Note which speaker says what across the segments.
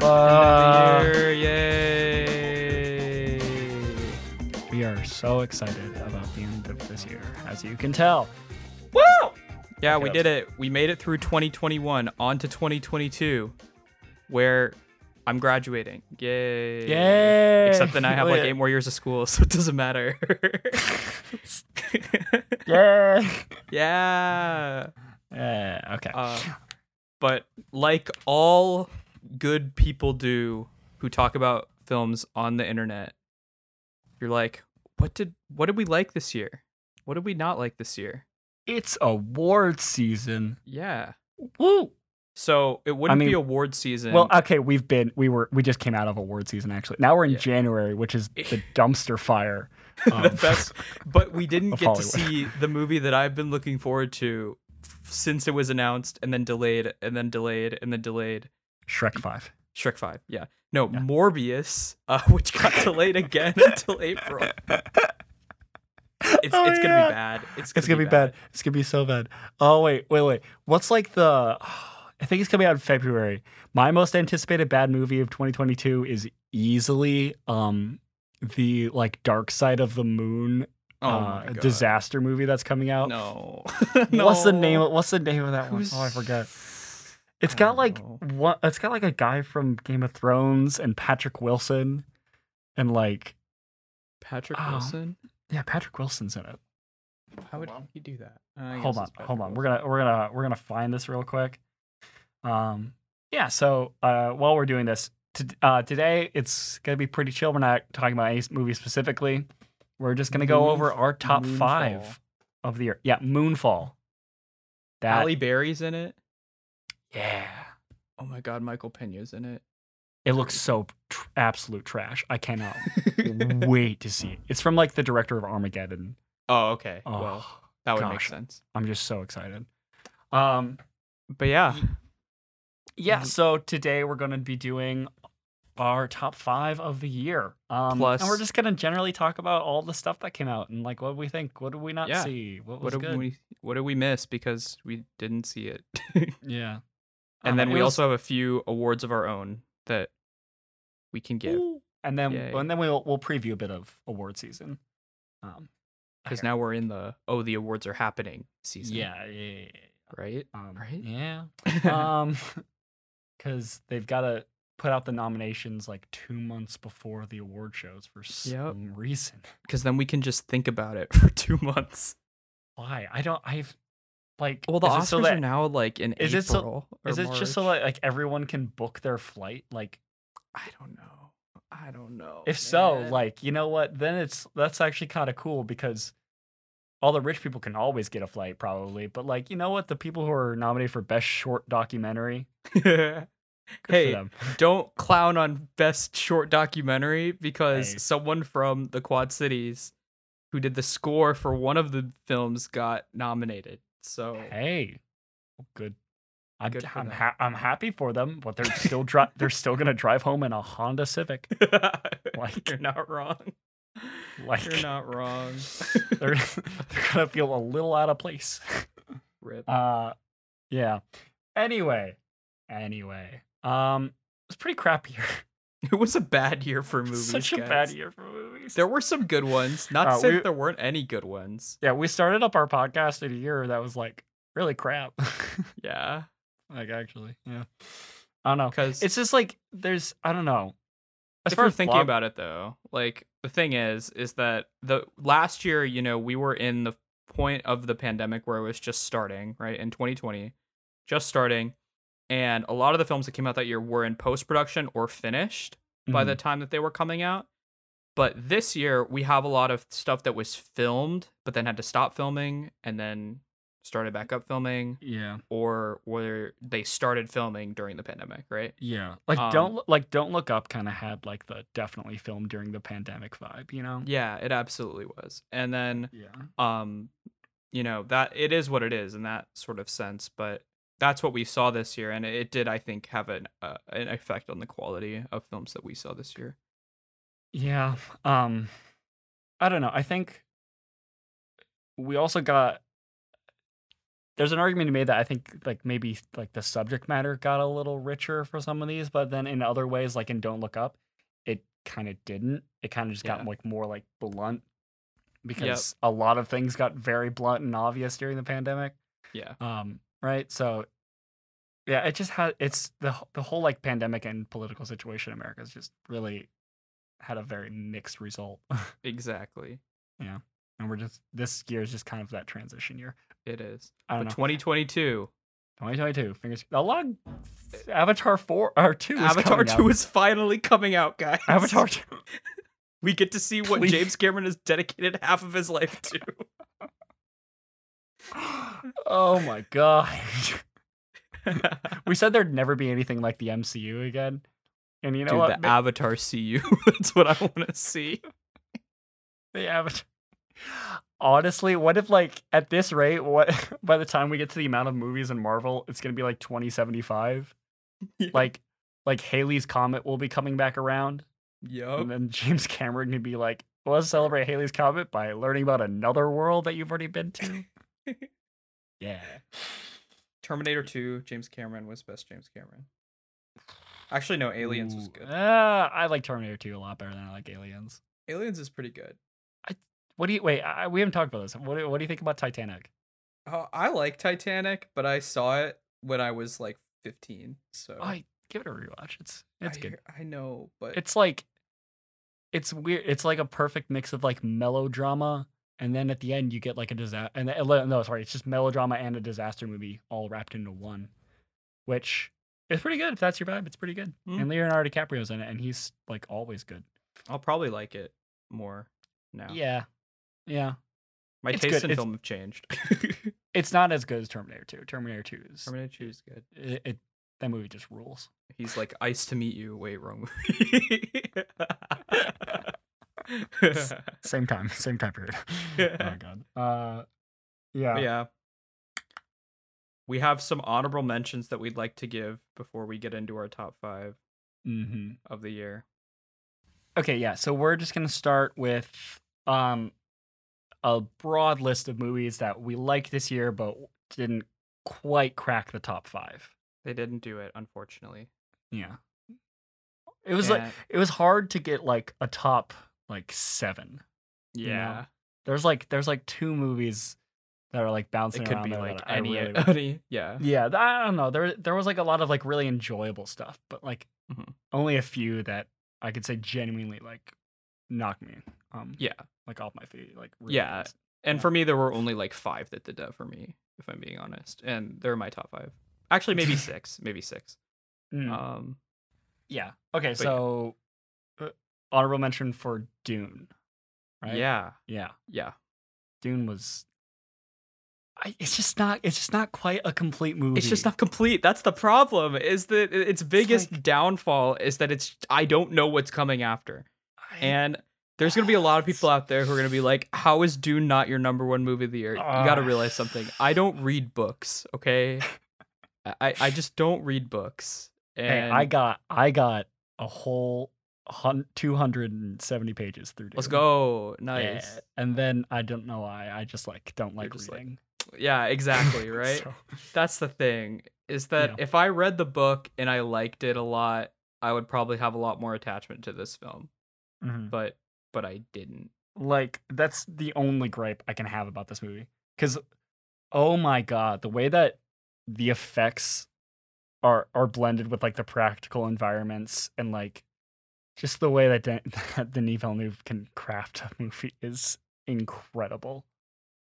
Speaker 1: Uh,
Speaker 2: End of the year, yay!
Speaker 1: we are so excited about the end of this year, as you can tell.
Speaker 2: Yeah, we
Speaker 1: up.
Speaker 2: did it. We made it through 2021 on to 2022, where I'm graduating. Yay!
Speaker 1: Yay!
Speaker 2: Except then I have like
Speaker 1: Wait.
Speaker 2: eight more years of school, so it doesn't matter.
Speaker 1: Yeah.
Speaker 2: yeah.
Speaker 1: Uh, okay.
Speaker 2: Uh, but like all good people do who talk about films on the internet, you're like, what did what did we like this year? What did we not like this year?
Speaker 1: it's award season.
Speaker 2: Yeah.
Speaker 1: Woo!
Speaker 2: So it wouldn't be
Speaker 1: mean-
Speaker 2: award season.
Speaker 1: Well, okay, we've been we were we just came out of award season actually. Now we're in
Speaker 2: Yeah.
Speaker 1: January, which is the dumpster fire.
Speaker 2: the
Speaker 1: um,
Speaker 2: best. But we didn't
Speaker 1: of
Speaker 2: get to
Speaker 1: Hollywood.
Speaker 2: see the movie that I've been looking forward to f- since it was announced and then delayed and then delayed and then delayed.
Speaker 1: Shrek Five.
Speaker 2: Shrek 5. Yeah. No, Morbius, uh, which got delayed again until April. It's,
Speaker 1: Oh,
Speaker 2: it's gonna
Speaker 1: yeah.
Speaker 2: be bad. It's gonna,
Speaker 1: It's gonna be bad. It's gonna be so bad. Oh wait, wait, wait. What's like the? I think it's coming out in February. My most anticipated bad movie of 2022 is easily um the like Dark Side of the Moon
Speaker 2: Oh
Speaker 1: uh,
Speaker 2: my God.
Speaker 1: disaster movie that's coming out.
Speaker 2: No.
Speaker 1: What's the
Speaker 2: No.
Speaker 1: name? Of, what's the name of that
Speaker 2: Who's-
Speaker 1: one? Oh, I forget. It's
Speaker 2: I
Speaker 1: got
Speaker 2: don't
Speaker 1: like
Speaker 2: know.
Speaker 1: what? It's got like a guy from Game of Thrones and Patrick Wilson, and like
Speaker 2: Patrick
Speaker 1: Oh.
Speaker 2: Wilson.
Speaker 1: yeah, Patrick Wilson's in it.
Speaker 2: How would
Speaker 1: Hold on.
Speaker 2: he do that? Uh, I
Speaker 1: hold
Speaker 2: guess
Speaker 1: on
Speaker 2: it's Patrick
Speaker 1: hold on we're
Speaker 2: Wilson.
Speaker 1: gonna we're gonna we're gonna find this real quick um yeah so uh while we're doing this to, uh today it's gonna be pretty chill we're not talking about any s- movie specifically we're just gonna go
Speaker 2: Moonf-
Speaker 1: over our top
Speaker 2: Moonfall.
Speaker 1: five of the year yeah moonfall that
Speaker 2: Halle Berry's in it.
Speaker 1: yeah
Speaker 2: Oh my God, Michael Pena's in it.
Speaker 1: it looks so tr- absolute trash i cannot wait to see it it's from like the director of armageddon
Speaker 2: oh, okay.
Speaker 1: oh
Speaker 2: well, that would make
Speaker 1: gosh.
Speaker 2: sense.
Speaker 1: i'm just so excited um
Speaker 2: But yeah,
Speaker 1: Yeah,
Speaker 2: Mm.
Speaker 1: so today we're going to be doing our top five of the year. Um,
Speaker 2: Plus-
Speaker 1: and we're just going to generally talk about all the stuff that came out and like what did we think, what did we not
Speaker 2: Yeah.
Speaker 1: see, what was
Speaker 2: what did
Speaker 1: good.
Speaker 2: we what did we miss because we didn't see it?
Speaker 1: Yeah,
Speaker 2: and
Speaker 1: Um,
Speaker 2: then
Speaker 1: it
Speaker 2: we
Speaker 1: was-
Speaker 2: also have a few awards of our own that we can give
Speaker 1: Ooh. and then
Speaker 2: Yay.
Speaker 1: and then we'll we'll preview a bit of award season. Um,
Speaker 2: because now we're in the oh the awards are happening season.
Speaker 1: yeah, yeah, yeah, yeah.
Speaker 2: Right.
Speaker 1: Um,
Speaker 2: Right?
Speaker 1: Yeah,
Speaker 2: Uh,
Speaker 1: um, because they've got to put out the nominations like two months before the award shows for some reason.
Speaker 2: Because then we can just think about it for two months.
Speaker 1: Why? I don't. I've like
Speaker 2: Well, the
Speaker 1: is
Speaker 2: Oscars
Speaker 1: it so
Speaker 2: are
Speaker 1: that-
Speaker 2: now like in
Speaker 1: is
Speaker 2: April.
Speaker 1: it so-
Speaker 2: or
Speaker 1: Is it just so
Speaker 2: March.
Speaker 1: that like everyone can book their flight? Like,
Speaker 2: I don't know. I don't know.
Speaker 1: if so,
Speaker 2: Oh, man.
Speaker 1: like you know what? Then it's that's actually kind of cool because all the rich people can always get a flight, probably. But like you know what? The people who are nominated for best short documentary, good for
Speaker 2: hey,
Speaker 1: them.
Speaker 2: don't clown on best short documentary because
Speaker 1: Hey.
Speaker 2: someone from the Quad Cities who did the score for one of the films got nominated. So
Speaker 1: hey, good. I'm,
Speaker 2: oh. Good for
Speaker 1: I'm,
Speaker 2: them.
Speaker 1: ha- I'm happy for them, but they're still dri- they're still gonna drive home in a Honda Civic. Like-
Speaker 2: you're not wrong.
Speaker 1: Like
Speaker 2: you're not wrong.
Speaker 1: they're they're gonna feel a little out of place.
Speaker 2: Rip.
Speaker 1: Uh yeah. Anyway. Anyway. Um it's pretty crap year.
Speaker 2: It was a bad year for movies.
Speaker 1: Such a
Speaker 2: guys.
Speaker 1: bad year for movies.
Speaker 2: There were some good ones. Not to
Speaker 1: Uh,
Speaker 2: say
Speaker 1: we-
Speaker 2: that there weren't any good ones.
Speaker 1: yeah, we started up our podcast in a year that was like really crap.
Speaker 2: Yeah,
Speaker 1: like actually. Yeah. I don't know.
Speaker 2: because
Speaker 1: It's just like there's I don't know.
Speaker 2: if we're
Speaker 1: as
Speaker 2: thinking
Speaker 1: vlog-
Speaker 2: about it though like the thing is is that the last year you know we were in the point of the pandemic where it was just starting right in 2020 just starting and a lot of the films that came out that year were in post-production or finished
Speaker 1: mm-hmm.
Speaker 2: by the time that they were coming out but this year we have a lot of stuff that was filmed but then had to stop filming and then started back up filming
Speaker 1: Yeah.
Speaker 2: or where they started filming during the pandemic right
Speaker 1: Yeah. Like
Speaker 2: Um,
Speaker 1: don't Lo- like don't look up kind of had like the definitely filmed during the pandemic vibe, you know?
Speaker 2: yeah it absolutely was and then
Speaker 1: Yeah.
Speaker 2: um you know that it is what it is in that sort of sense but that's what we saw this year and it did i think have an uh, an effect on the quality of films that we saw this year
Speaker 1: Yeah. Um I don't know. I think we also got there's an argument to be made that I think like maybe like the subject matter got a little richer for some of these, but then in other ways, like in Don't Look Up, it kind of didn't. It kind of just
Speaker 2: Yeah.
Speaker 1: got like more like blunt because a lot of things got very blunt and obvious during the pandemic.
Speaker 2: Yeah.
Speaker 1: Um, right. So yeah, it just had it's the wh- the whole like pandemic and political situation in America has just really had a very mixed result.
Speaker 2: Exactly.
Speaker 1: and we're just this year is just kind of that transition year.
Speaker 2: It is.
Speaker 1: I don't
Speaker 2: But
Speaker 1: know.
Speaker 2: 2022,
Speaker 1: 2022. Fingers. A lot. of- Avatar four or two. Is
Speaker 2: Avatar
Speaker 1: coming
Speaker 2: 2
Speaker 1: out.
Speaker 2: is finally coming out, guys.
Speaker 1: Avatar two.
Speaker 2: We get to see what
Speaker 1: Please.
Speaker 2: James Cameron has dedicated half of his life to.
Speaker 1: oh my god. we said there'd never be anything like the MCU again, and you know
Speaker 2: Dude,
Speaker 1: what?
Speaker 2: the
Speaker 1: Ma-
Speaker 2: Avatar CU. That's what I want to see.
Speaker 1: the Avatar. Honestly, what if like at this rate, what by the time we get to the amount of movies in Marvel, it's gonna be like 2075.
Speaker 2: Yeah.
Speaker 1: Like, like Haley's comet will be coming back around,
Speaker 2: Yo.
Speaker 1: and then James Cameron can be like, "Let's celebrate Haley's comet by learning about another world that you've already been to." yeah.
Speaker 2: Terminator 2, James Cameron was best James Cameron. Actually, no, Aliens was
Speaker 1: Ooh,
Speaker 2: good.
Speaker 1: ah, I like Terminator 2 a lot better than I like Aliens.
Speaker 2: Aliens is pretty good.
Speaker 1: What do you wait? I, we haven't talked about this. What do, what do you think about Titanic?
Speaker 2: Oh, I like Titanic, but I saw it when I was like 15. So
Speaker 1: I give it a rewatch. It's it's
Speaker 2: Oh. I
Speaker 1: good.
Speaker 2: hear- I know, but
Speaker 1: It's like it's weird. It's like a perfect mix of like melodrama, and then at the end you get like a disaster. And uh, no, sorry, it's just melodrama and a disaster movie all wrapped into one, which is pretty good. If that's your vibe, it's pretty good.
Speaker 2: Hmm.
Speaker 1: And Leonardo DiCaprio's in it, and he's like always good.
Speaker 2: I'll probably like it more now.
Speaker 1: Yeah, yeah.
Speaker 2: My
Speaker 1: it's
Speaker 2: taste
Speaker 1: good.
Speaker 2: in
Speaker 1: It's-
Speaker 2: film have changed.
Speaker 1: It's not as good as Terminator 2. Terminator 2 is
Speaker 2: Terminator 2 is good.
Speaker 1: it, it that movie just rules.
Speaker 2: He's like, ice to meet you. Wait, wrong movie.
Speaker 1: Same time, same time period. oh my god. Uh, yeah.
Speaker 2: But yeah. We have some honorable mentions that we'd like to give before we get into our top five
Speaker 1: Mm-hmm.
Speaker 2: of the year.
Speaker 1: Okay, yeah. So we're just gonna start with um a broad list of movies that we liked this year, but didn't quite crack the top five.
Speaker 2: They didn't do it, unfortunately.
Speaker 1: Yeah. It was like
Speaker 2: And-
Speaker 1: it was hard to get like a top like seven. you know,
Speaker 2: yeah.
Speaker 1: There's like there's like two movies that are like bouncing
Speaker 2: it could
Speaker 1: around
Speaker 2: be
Speaker 1: there
Speaker 2: like
Speaker 1: that I
Speaker 2: any,
Speaker 1: really
Speaker 2: any yeah
Speaker 1: Yeah, th- I don't know. There there was like a lot of like really enjoyable stuff, but like
Speaker 2: Mhm.
Speaker 1: only a few that I could say genuinely like knocked me. Um
Speaker 2: yeah
Speaker 1: like off my feet. Like
Speaker 2: Yeah.
Speaker 1: fast.
Speaker 2: and
Speaker 1: Yeah.
Speaker 2: for me there were only like five that did that for me if i'm being honest and they're my top five actually maybe six maybe six
Speaker 1: Mm,
Speaker 2: um
Speaker 1: yeah. Okay,
Speaker 2: but yeah.
Speaker 1: so uh, honorable mention for Dune. Right?
Speaker 2: yeah
Speaker 1: Yeah.
Speaker 2: yeah
Speaker 1: Dune was I, it's just not it's just not quite a complete movie.
Speaker 2: it's just not complete that's the problem is that i- its biggest
Speaker 1: like-
Speaker 2: downfall is that it's i don't know what's coming after
Speaker 1: I-
Speaker 2: and there's gonna be a lot of people out there who are gonna be like how is dune not your number one movie of the year you gotta
Speaker 1: Ah.
Speaker 2: realize something i don't read books okay I- i i just don't read books and
Speaker 1: hey, I got I got a whole hun- 270 pages through Dune.
Speaker 2: Let's go.
Speaker 1: Yeah,
Speaker 2: Nice.
Speaker 1: And then I don't know why. I just like don't like
Speaker 2: just like,
Speaker 1: reading.
Speaker 2: Yeah, exactly, right?
Speaker 1: So-
Speaker 2: That's the thing is that
Speaker 1: Yeah.
Speaker 2: if I read the book and I liked it a lot, I would probably have a lot more attachment to this film.
Speaker 1: Mhm.
Speaker 2: But but I didn't.
Speaker 1: Like that's the only gripe I can have about this movie. Because oh my god, the way that the effects are are blended with like the practical environments and like just the way that, Dan- that Denis Villeneuve can craft a movie is incredible.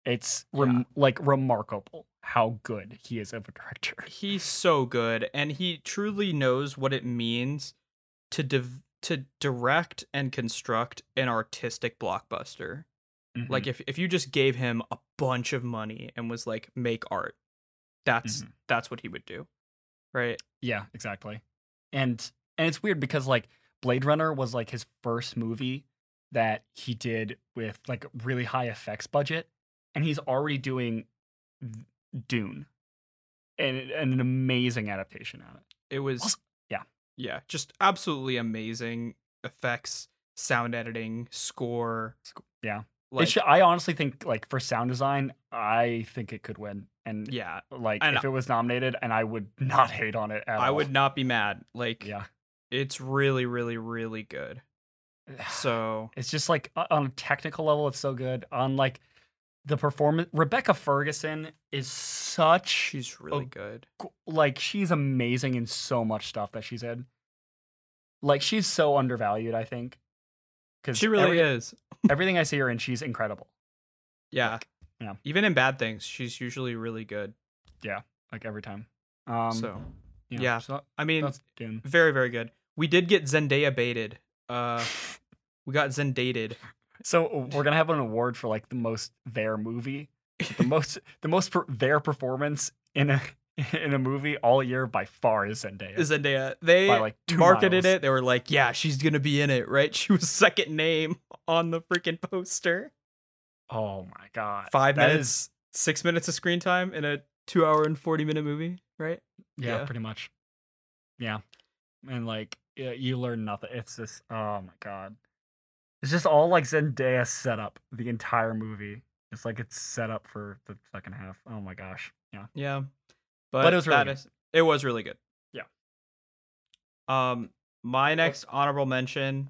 Speaker 1: It's rem- like remarkable how good he is of a director.
Speaker 2: He's so good and he truly knows what it means to div- to direct and construct an artistic blockbuster.
Speaker 1: Mm-hmm.
Speaker 2: Like if if you just gave him a bunch of money and was like make art, that's
Speaker 1: Mm-hmm.
Speaker 2: that's what he would do. Right?
Speaker 1: Yeah, exactly. And and it's weird because like Blade Runner was like his first movie that he did with like a really high effects budget and he's already doing th- Dune. And, it- and an amazing adaptation of it.
Speaker 2: It was
Speaker 1: Also- yeah.
Speaker 2: Yeah, just absolutely amazing effects, sound editing, score.
Speaker 1: Sc- yeah.
Speaker 2: Like
Speaker 1: it should, I honestly think like for sound design, I think it could win And
Speaker 2: Yeah.
Speaker 1: like,
Speaker 2: And-
Speaker 1: if it was nominated, and I would not hate on it at all.
Speaker 2: I would not be mad. Like
Speaker 1: Yeah.
Speaker 2: it's really, really, really good. So
Speaker 1: It's just like o- on a technical level, it's so good. On like the performance, Rebecca Ferguson is such
Speaker 2: she's really
Speaker 1: Oh.
Speaker 2: good.
Speaker 1: g- like she's amazing in so much stuff that she's in. Like she's so undervalued, I think. Because
Speaker 2: She really is.
Speaker 1: everything I see her in, she's incredible.
Speaker 2: Yeah.
Speaker 1: yeah.
Speaker 2: Even in bad things, she's usually really good.
Speaker 1: Like every time. Um,
Speaker 2: so
Speaker 1: you know,
Speaker 2: yeah.
Speaker 1: so
Speaker 2: I mean,
Speaker 1: that's Dune.
Speaker 2: very, very good. We did get Zendaya baited. Uh we got Zendated.
Speaker 1: So we're gonna have an award for like the most their movie, the most the most per- their performance in a in a movie all year by far is Zendaya.
Speaker 2: Zendaya. They
Speaker 1: by like two
Speaker 2: marketed
Speaker 1: miles.
Speaker 2: it. They were like, yeah, she's gonna be in it, right? She was second name on the freaking poster.
Speaker 1: Oh my god.
Speaker 2: Five
Speaker 1: That
Speaker 2: minutes, six minutes of screen time in a two hour and forty minute movie, right?
Speaker 1: Yeah,
Speaker 2: Yeah.
Speaker 1: pretty much. Yeah. And like yeah, you learn nothing. It's just oh my god. It's just all like Zendaya setup the entire movie. It's like it's set up for the second half. Oh my gosh. Yeah.
Speaker 2: Yeah. But,
Speaker 1: it was really
Speaker 2: that
Speaker 1: good.
Speaker 2: is- it was really good.
Speaker 1: Yeah.
Speaker 2: Um my next honorable mention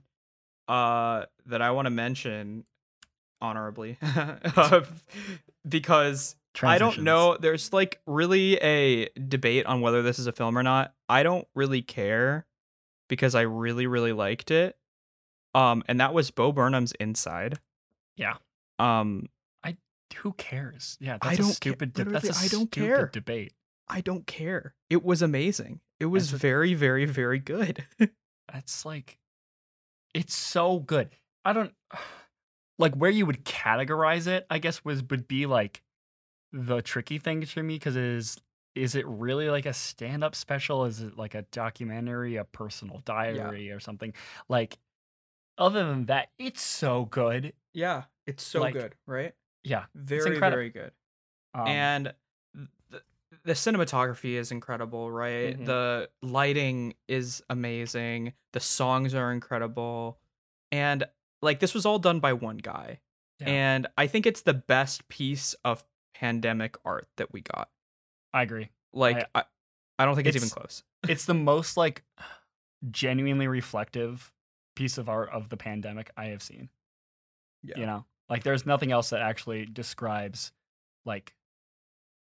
Speaker 2: uh that I want to mention honorably because I don't
Speaker 1: Transitions.
Speaker 2: know. There's like really a debate on whether this is a film or not. I don't really care because I really, really liked it. Um, and that was Bo Burnham's Inside.
Speaker 1: Yeah.
Speaker 2: Um,
Speaker 1: Who cares? Yeah,
Speaker 2: I
Speaker 1: that's
Speaker 2: don't
Speaker 1: a
Speaker 2: ca-
Speaker 1: stupid de- that's
Speaker 2: literally,
Speaker 1: a
Speaker 2: I don't
Speaker 1: stupid
Speaker 2: care.
Speaker 1: debate.
Speaker 2: I don't care. It was amazing. It was
Speaker 1: That's the-
Speaker 2: very, very, very good.
Speaker 1: That's like it's so good. I don't like where you would categorize it, I guess was would be like the tricky thing to me cuz is is it really like a stand-up special? Is it like a documentary, a personal diary or something? Like other than that, it's so good.
Speaker 2: yeah, it's so
Speaker 1: Like,
Speaker 2: good, right?
Speaker 1: Yeah.
Speaker 2: Very,
Speaker 1: incredible.
Speaker 2: very good.
Speaker 1: Um,
Speaker 2: and the, the cinematography is incredible right
Speaker 1: Mhm.
Speaker 2: the lighting is amazing the songs are incredible and like this was all done by one guy
Speaker 1: Yeah.
Speaker 2: and i think it's the best piece of pandemic art that we got
Speaker 1: I agree.
Speaker 2: like i, I, don't think it's, even
Speaker 1: It's-
Speaker 2: close
Speaker 1: It's the most like genuinely reflective piece of art of the pandemic I have seen.
Speaker 2: yeah
Speaker 1: you know like there's nothing else that actually describes like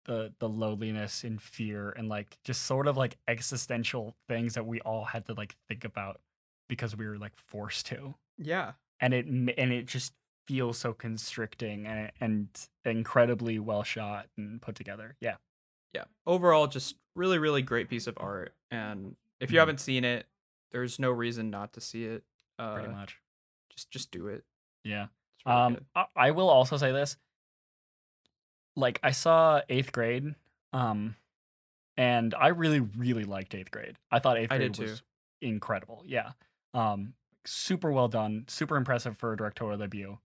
Speaker 1: the the loneliness and fear and like just sort of like existential things that we all had to like think about because we were like forced to
Speaker 2: yeah
Speaker 1: and it m- and it just feels so constricting and, and incredibly well shot and put together yeah
Speaker 2: yeah overall just really really great piece of art and if you
Speaker 1: Mhm.
Speaker 2: haven't seen it there's no reason not to see it uh
Speaker 1: pretty much
Speaker 2: just just do it
Speaker 1: yeah
Speaker 2: it's really
Speaker 1: um
Speaker 2: good.
Speaker 1: I, I will also say this like i saw eighth grade um and i really really liked eighth grade i thought eighth
Speaker 2: I
Speaker 1: grade
Speaker 2: did
Speaker 1: was incredible yeah um super well done super impressive for a directorial debut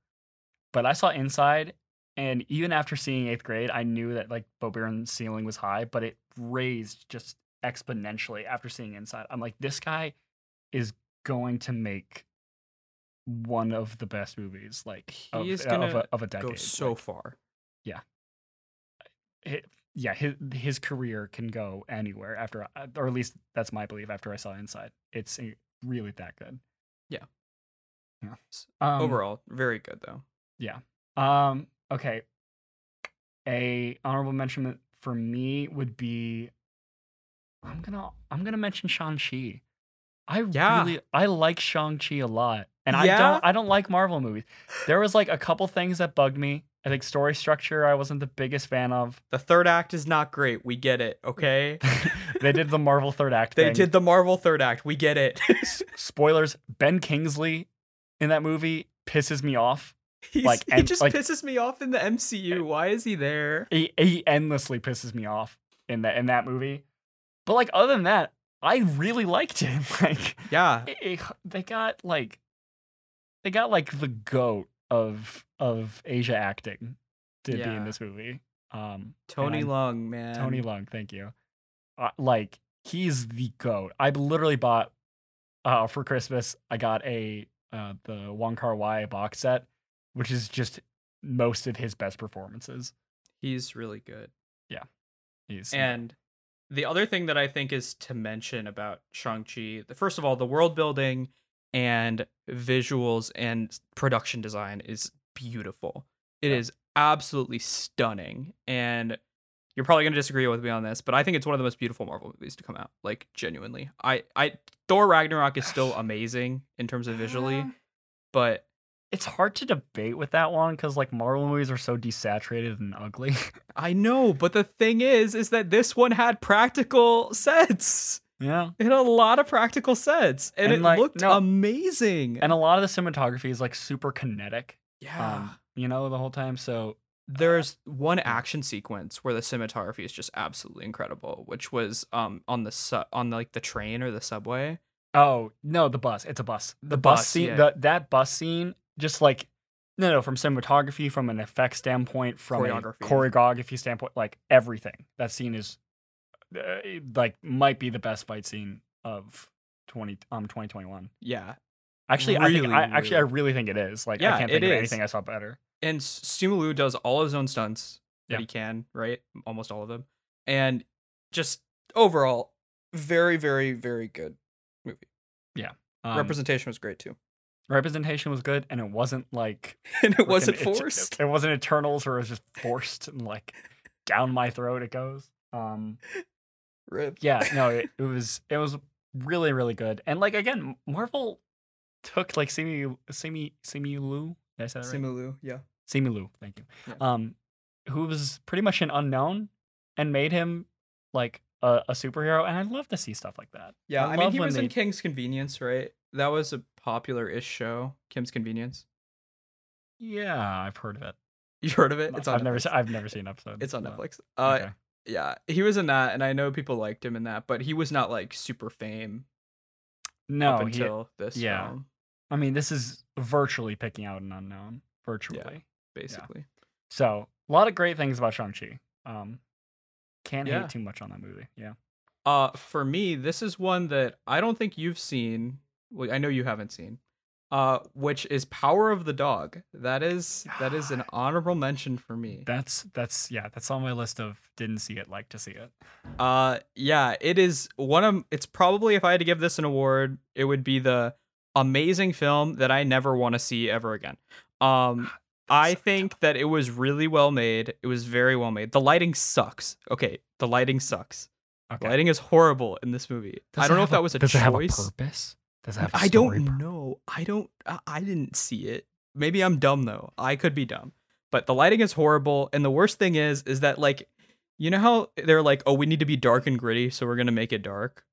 Speaker 1: but i saw inside and even after seeing eighth grade i knew that like bo Burnham's ceiling was high but it raised just exponentially after seeing inside i'm like this guy is going to make one of the best movies like
Speaker 2: He
Speaker 1: of,
Speaker 2: is
Speaker 1: uh, of,
Speaker 2: gonna
Speaker 1: a, of a
Speaker 2: go
Speaker 1: decade
Speaker 2: so
Speaker 1: Like,
Speaker 2: far
Speaker 1: hi- yeah his, his career can go anywhere after I- or at least that's my belief after i saw inside it's uh, really that good
Speaker 2: Yeah.
Speaker 1: yeah
Speaker 2: S-
Speaker 1: um,
Speaker 2: overall very good though
Speaker 1: Um. Okay. A honorable mention for me would be. I'm gonna I'm gonna mention Shang Chi. I
Speaker 2: Yeah.
Speaker 1: really I like Shang Chi a lot, and I
Speaker 2: Yeah?
Speaker 1: don't I don't like Marvel movies. There was like a couple things that bugged me. I think story structure I wasn't the biggest fan of.
Speaker 2: the third act is not great we get it okay
Speaker 1: They did the Marvel third act.
Speaker 2: they
Speaker 1: thing.
Speaker 2: did the marvel third act we get it
Speaker 1: spoilers. Ben Kingsley in that movie pisses me off.
Speaker 2: He's,
Speaker 1: Like,
Speaker 2: he
Speaker 1: and-
Speaker 2: just
Speaker 1: like-
Speaker 2: pisses me off in the mcu why is he there
Speaker 1: he, he endlessly pisses me off in that in that movie. But like other than that, I really liked him. Like
Speaker 2: yeah
Speaker 1: it- it- they got like they got like the goat of of Asia acting to be
Speaker 2: Yeah.
Speaker 1: in this movie. Um,
Speaker 2: tony
Speaker 1: I'm-
Speaker 2: lung man
Speaker 1: Tony Long, thank you. Uh, like he's the goat. I literally bought uh, for Christmas. I got a uh, the Wong Kar Wai box set, which is just most of his best performances.
Speaker 2: he's really good
Speaker 1: He's-
Speaker 2: And the other thing that I think is to mention about Shang-Chi, the- first of all, the world building and visuals and production design is beautiful. It is
Speaker 1: Yeah.
Speaker 2: absolutely stunning. And you're probably going to disagree with me on this, but I think it's one of the most beautiful Marvel movies to come out. Like genuinely. I I Thor Ragnarok is still amazing in terms of visually,
Speaker 1: Uh,
Speaker 2: but
Speaker 1: it's hard to debate with that one because like Marvel movies are so desaturated and ugly.
Speaker 2: I know, but the thing is is that this one had practical sets.
Speaker 1: yeah,
Speaker 2: It had a lot of practical sets, and,
Speaker 1: And,
Speaker 2: it
Speaker 1: like,
Speaker 2: looked
Speaker 1: no-
Speaker 2: amazing.
Speaker 1: and a lot of the cinematography is like super kinetic.
Speaker 2: yeah,
Speaker 1: Um, you know, the whole time. So
Speaker 2: there's one action sequence where the cinematography is just absolutely incredible, which was um on the su- on like the train or the subway.
Speaker 1: Oh no, the bus. It's a bus. The, bus,
Speaker 2: bus,
Speaker 1: scene.
Speaker 2: yeah.
Speaker 1: The, that bus scene, just like no, no, from cinematography, from an effect standpoint, from
Speaker 2: Choreography.
Speaker 1: a choreography standpoint, like everything. That scene is uh, like might be the best fight scene of twenty um twenty twenty one.
Speaker 2: Yeah,
Speaker 1: Actually, I think
Speaker 2: Really,
Speaker 1: I, actually I
Speaker 2: really.
Speaker 1: really think it is. Like I
Speaker 2: Yeah,
Speaker 1: can't
Speaker 2: it
Speaker 1: think of
Speaker 2: is.
Speaker 1: anything I saw better.
Speaker 2: and Simulu does all his own stunts that
Speaker 1: Yeah.
Speaker 2: he can, right? Almost all of them, and just overall, very, very, very good.
Speaker 1: Um,
Speaker 2: Representation was great too,
Speaker 1: representation was good, and it wasn't like
Speaker 2: and it wasn't
Speaker 1: frickin' it-
Speaker 2: forced.
Speaker 1: It, wasn't Eternals, where it was just forced and like down my throat it goes. Um.
Speaker 2: Rip.
Speaker 1: yeah no it, it was it was really really good and like again marvel took like simi simi simi lu did i say that right
Speaker 2: Simulu, yeah.
Speaker 1: simi lu thank you
Speaker 2: Yeah.
Speaker 1: um who was pretty much an unknown and made him like a, a superhero and i love to see stuff like that
Speaker 2: Yeah, I, mean,
Speaker 1: love
Speaker 2: he
Speaker 1: when
Speaker 2: was
Speaker 1: they-
Speaker 2: in Kim's Convenience, right? That was a popular-ish show, Kim's Convenience.
Speaker 1: yeah i've heard of it
Speaker 2: You heard of it? It's on
Speaker 1: i've never
Speaker 2: Netflix.
Speaker 1: se- i've never seen an episode
Speaker 2: It's on
Speaker 1: No.
Speaker 2: Netflix. Uh,
Speaker 1: Okay.
Speaker 2: yeah, he was in that, and I know people liked him in that, but he was not like super fame
Speaker 1: no
Speaker 2: up
Speaker 1: he-
Speaker 2: until this
Speaker 1: yeah.
Speaker 2: film,
Speaker 1: i mean this is virtually picking out an unknown virtually
Speaker 2: basically.
Speaker 1: so a lot of great things about shang-chi um can't
Speaker 2: Yeah.
Speaker 1: hate too much on that movie yeah
Speaker 2: Uh, for me, this is one that I don't think you've seen. Well, I know you haven't seen. Uh, which is Power of the Dog. That is that is an honorable mention for me.
Speaker 1: That's that's yeah, that's on my list of didn't see it, like to see it.
Speaker 2: Uh yeah, it is one of it's probably if I had to give this an award, it would be the amazing film that I never want to see ever again. Um
Speaker 1: Ah,
Speaker 2: I think that it was really well made. It was very well made. The lighting sucks. Okay, the lighting sucks. The
Speaker 1: Okay.
Speaker 2: lighting is horrible in this movie. I don't know if that was a
Speaker 1: does It have
Speaker 2: choice.
Speaker 1: a purpose? Does it have a
Speaker 2: I
Speaker 1: story
Speaker 2: don't
Speaker 1: pur-
Speaker 2: know. I don't. I, I didn't see it. Maybe I'm dumb though. I could be dumb. But the lighting is horrible, and the worst thing is, is that like, you know how they're like, oh, we need to be dark and gritty, so we're gonna make it dark.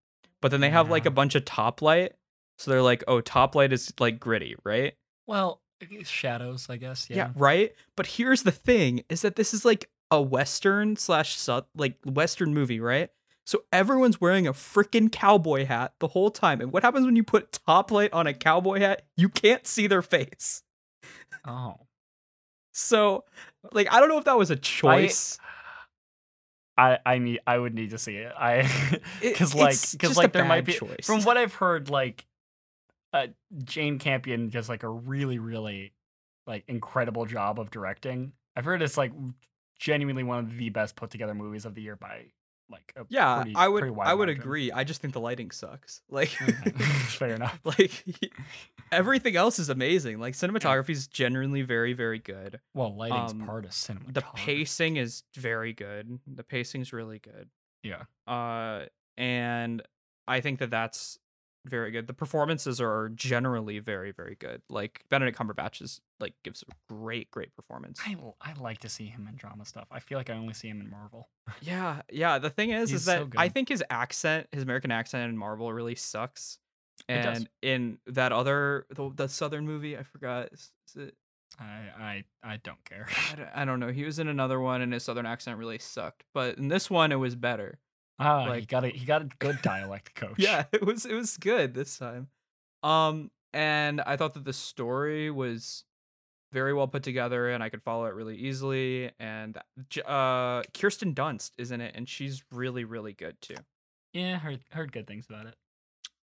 Speaker 2: But then they have like
Speaker 1: Yeah.
Speaker 2: a bunch of top light, so they're like, oh, top light is like gritty, right?
Speaker 1: Well, shadows, I guess. Yeah.
Speaker 2: right. But here's the thing: is that this is like a western slash sou- like western movie, right? So everyone's wearing a freaking cowboy hat the whole time. And what happens when you put top light on a cowboy hat? You can't see their face.
Speaker 1: Oh.
Speaker 2: So, like, I don't know if that was a choice.
Speaker 1: I I need I would need to see it. I
Speaker 2: It-
Speaker 1: cuz like
Speaker 2: it's
Speaker 1: cuz
Speaker 2: just
Speaker 1: like
Speaker 2: a
Speaker 1: there might
Speaker 2: bad
Speaker 1: be
Speaker 2: choice.
Speaker 1: from what I've heard like uh Jane Campion does like a really really like incredible job of directing. I've heard it's like genuinely one of the best put together movies of the year by like a
Speaker 2: yeah,
Speaker 1: pretty-
Speaker 2: I would.
Speaker 1: pretty wide
Speaker 2: I would
Speaker 1: margin. Mm-hmm.
Speaker 2: agree. I just think the lighting sucks. Like,
Speaker 1: Okay. Fair enough.
Speaker 2: like everything else is amazing. Like, cinematography is generally very, very good.
Speaker 1: Well, lighting's
Speaker 2: Um,
Speaker 1: part of cinema.
Speaker 2: the pacing is very good the pacing's really good
Speaker 1: Yeah.
Speaker 2: uh and i think that that's very good the performances are generally very very good like benedict cumberbatch is like gives a great great performance
Speaker 1: I, l- I like to see him in drama stuff. I feel like I only see him in Marvel.
Speaker 2: yeah yeah the thing is
Speaker 1: He's
Speaker 2: is that
Speaker 1: so
Speaker 2: i
Speaker 1: good.
Speaker 2: think his accent his american accent in marvel really sucks
Speaker 1: It does.
Speaker 2: and in that other the, the southern movie i forgot is, is it
Speaker 1: I I, I don't care.
Speaker 2: I don't, I don't know he was in another one and his southern accent really sucked but in this one it was better
Speaker 1: Ah, he
Speaker 2: Like-
Speaker 1: got a he got a good dialect coach.
Speaker 2: yeah it was it was good this time um and i thought that the story was very well put together and i could follow it really easily and J- uh kirsten dunst is in it and she's really really good too
Speaker 1: yeah. Heard heard good things about it.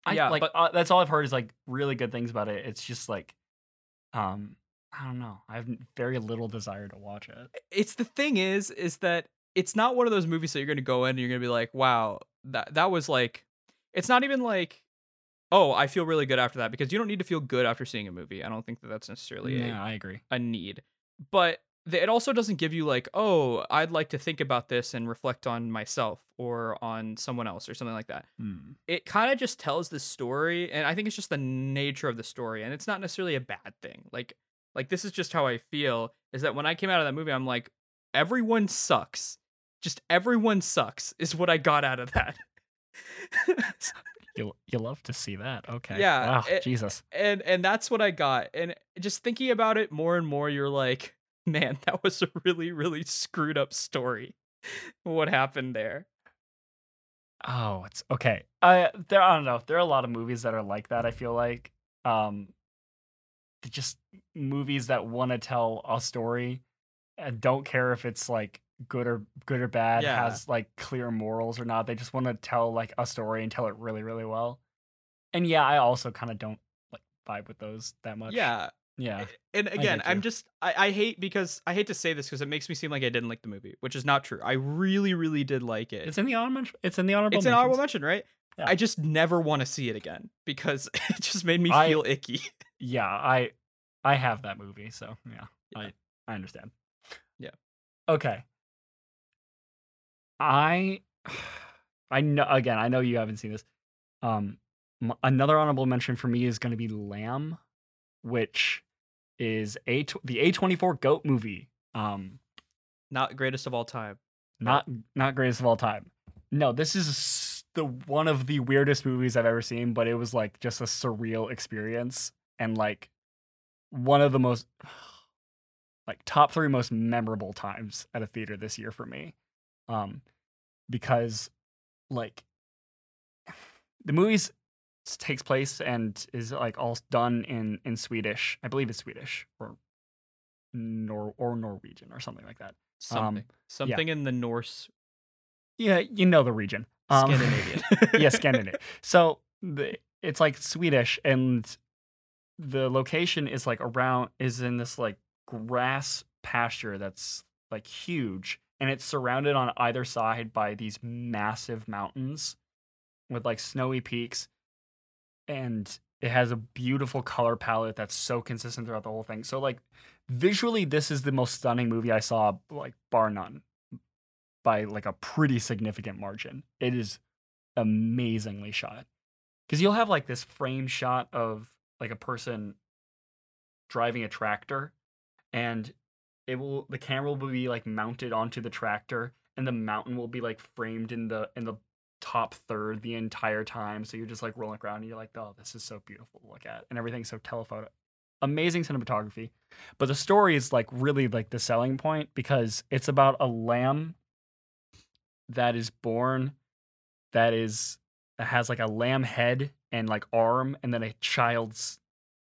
Speaker 1: I,
Speaker 2: Yeah,
Speaker 1: like
Speaker 2: but-
Speaker 1: uh, that's all I've heard is like really good things about it. It's just like, um, I don't know. I have very little desire to watch it.
Speaker 2: it's the thing is is that it's not one of those movies that you're gonna go in and you're gonna be like, wow, that that was like it's not even like oh, I feel really good after that because you don't need to feel good after seeing a movie. I don't think that that's necessarily a,
Speaker 1: yeah, I agree.
Speaker 2: a need. But th- it also doesn't give you like, oh, I'd like to think about this and reflect on myself or on someone else or something like that.
Speaker 1: Hmm.
Speaker 2: It kind of just tells the story, and I think it's just the nature of the story, and it's not necessarily a bad thing. Like, like this is just how I feel. Is that when I came out of that movie, I'm like, everyone sucks. Just everyone sucks is what I got out of that.
Speaker 1: You you love to see that. Okay.
Speaker 2: Yeah,
Speaker 1: Wow,
Speaker 2: it-
Speaker 1: Jesus.
Speaker 2: and and that's what I got. And just thinking about it more and more, you're like, man, that was a really really screwed up story. what happened there?
Speaker 1: Oh, it's okay. I there I don't know. There are a lot of movies that are like that, I feel like. Um they're just movies that want to tell a story and don't care if it's like good or good or bad,
Speaker 2: Yeah.
Speaker 1: has like clear morals or not. They just want to tell like a story and tell it really, really well. And yeah, I also kind of don't like vibe with those that much.
Speaker 2: Yeah.
Speaker 1: Yeah.
Speaker 2: And again,
Speaker 1: get you.
Speaker 2: I'm just I, I hate because I hate to say this because it makes me seem like I didn't like the movie, which is not true. I really really did like it.
Speaker 1: It's in the honorable it's in the honorable
Speaker 2: It's an
Speaker 1: mentions.
Speaker 2: honorable mention, right?
Speaker 1: Yeah.
Speaker 2: I just never want to see it again because it just made me
Speaker 1: I-
Speaker 2: feel icky.
Speaker 1: yeah, I I have that movie, so yeah,
Speaker 2: Yeah.
Speaker 1: I I understand.
Speaker 2: Yeah.
Speaker 1: Okay. I I know again, I know you haven't seen this. Um m- another honorable mention for me is going to be Lamb, which is a tw- the A24 goat movie. Um
Speaker 2: Not greatest of all time.
Speaker 1: not not greatest of all time. No, this is s- the one of the weirdest movies I've ever seen, but it was like just a surreal experience and like one of the most like top 3 most memorable times at a theater this year for me. Um because like the movies s- takes place and is like all done in in Swedish. I believe it's Swedish or nor or Norwegian or something like that.
Speaker 2: Something. Something in the Norse
Speaker 1: Yeah, you know the region. Um,
Speaker 2: Scandinavian.
Speaker 1: yeah, Scandinavian. So the, it's like Swedish, and the location is like around is in this like grass pasture that's like huge, and it's surrounded on either side by these massive mountains with like snowy peaks, and it has a beautiful color palette that's so consistent throughout the whole thing. So like visually, this is the most stunning movie I saw, like bar none, by like a pretty significant margin. It is amazingly shot because you'll have like this frame shot of like a person driving a tractor and it will the camera will be like mounted onto the tractor and the mountain will be like framed in the in the top third the entire time so you're just like rolling around and you're like oh this is so beautiful to look at and everything's so telephoto amazing cinematography but the story is like really like the selling point because it's about a lamb that is born that is that has like a lamb head and like arm and then a child's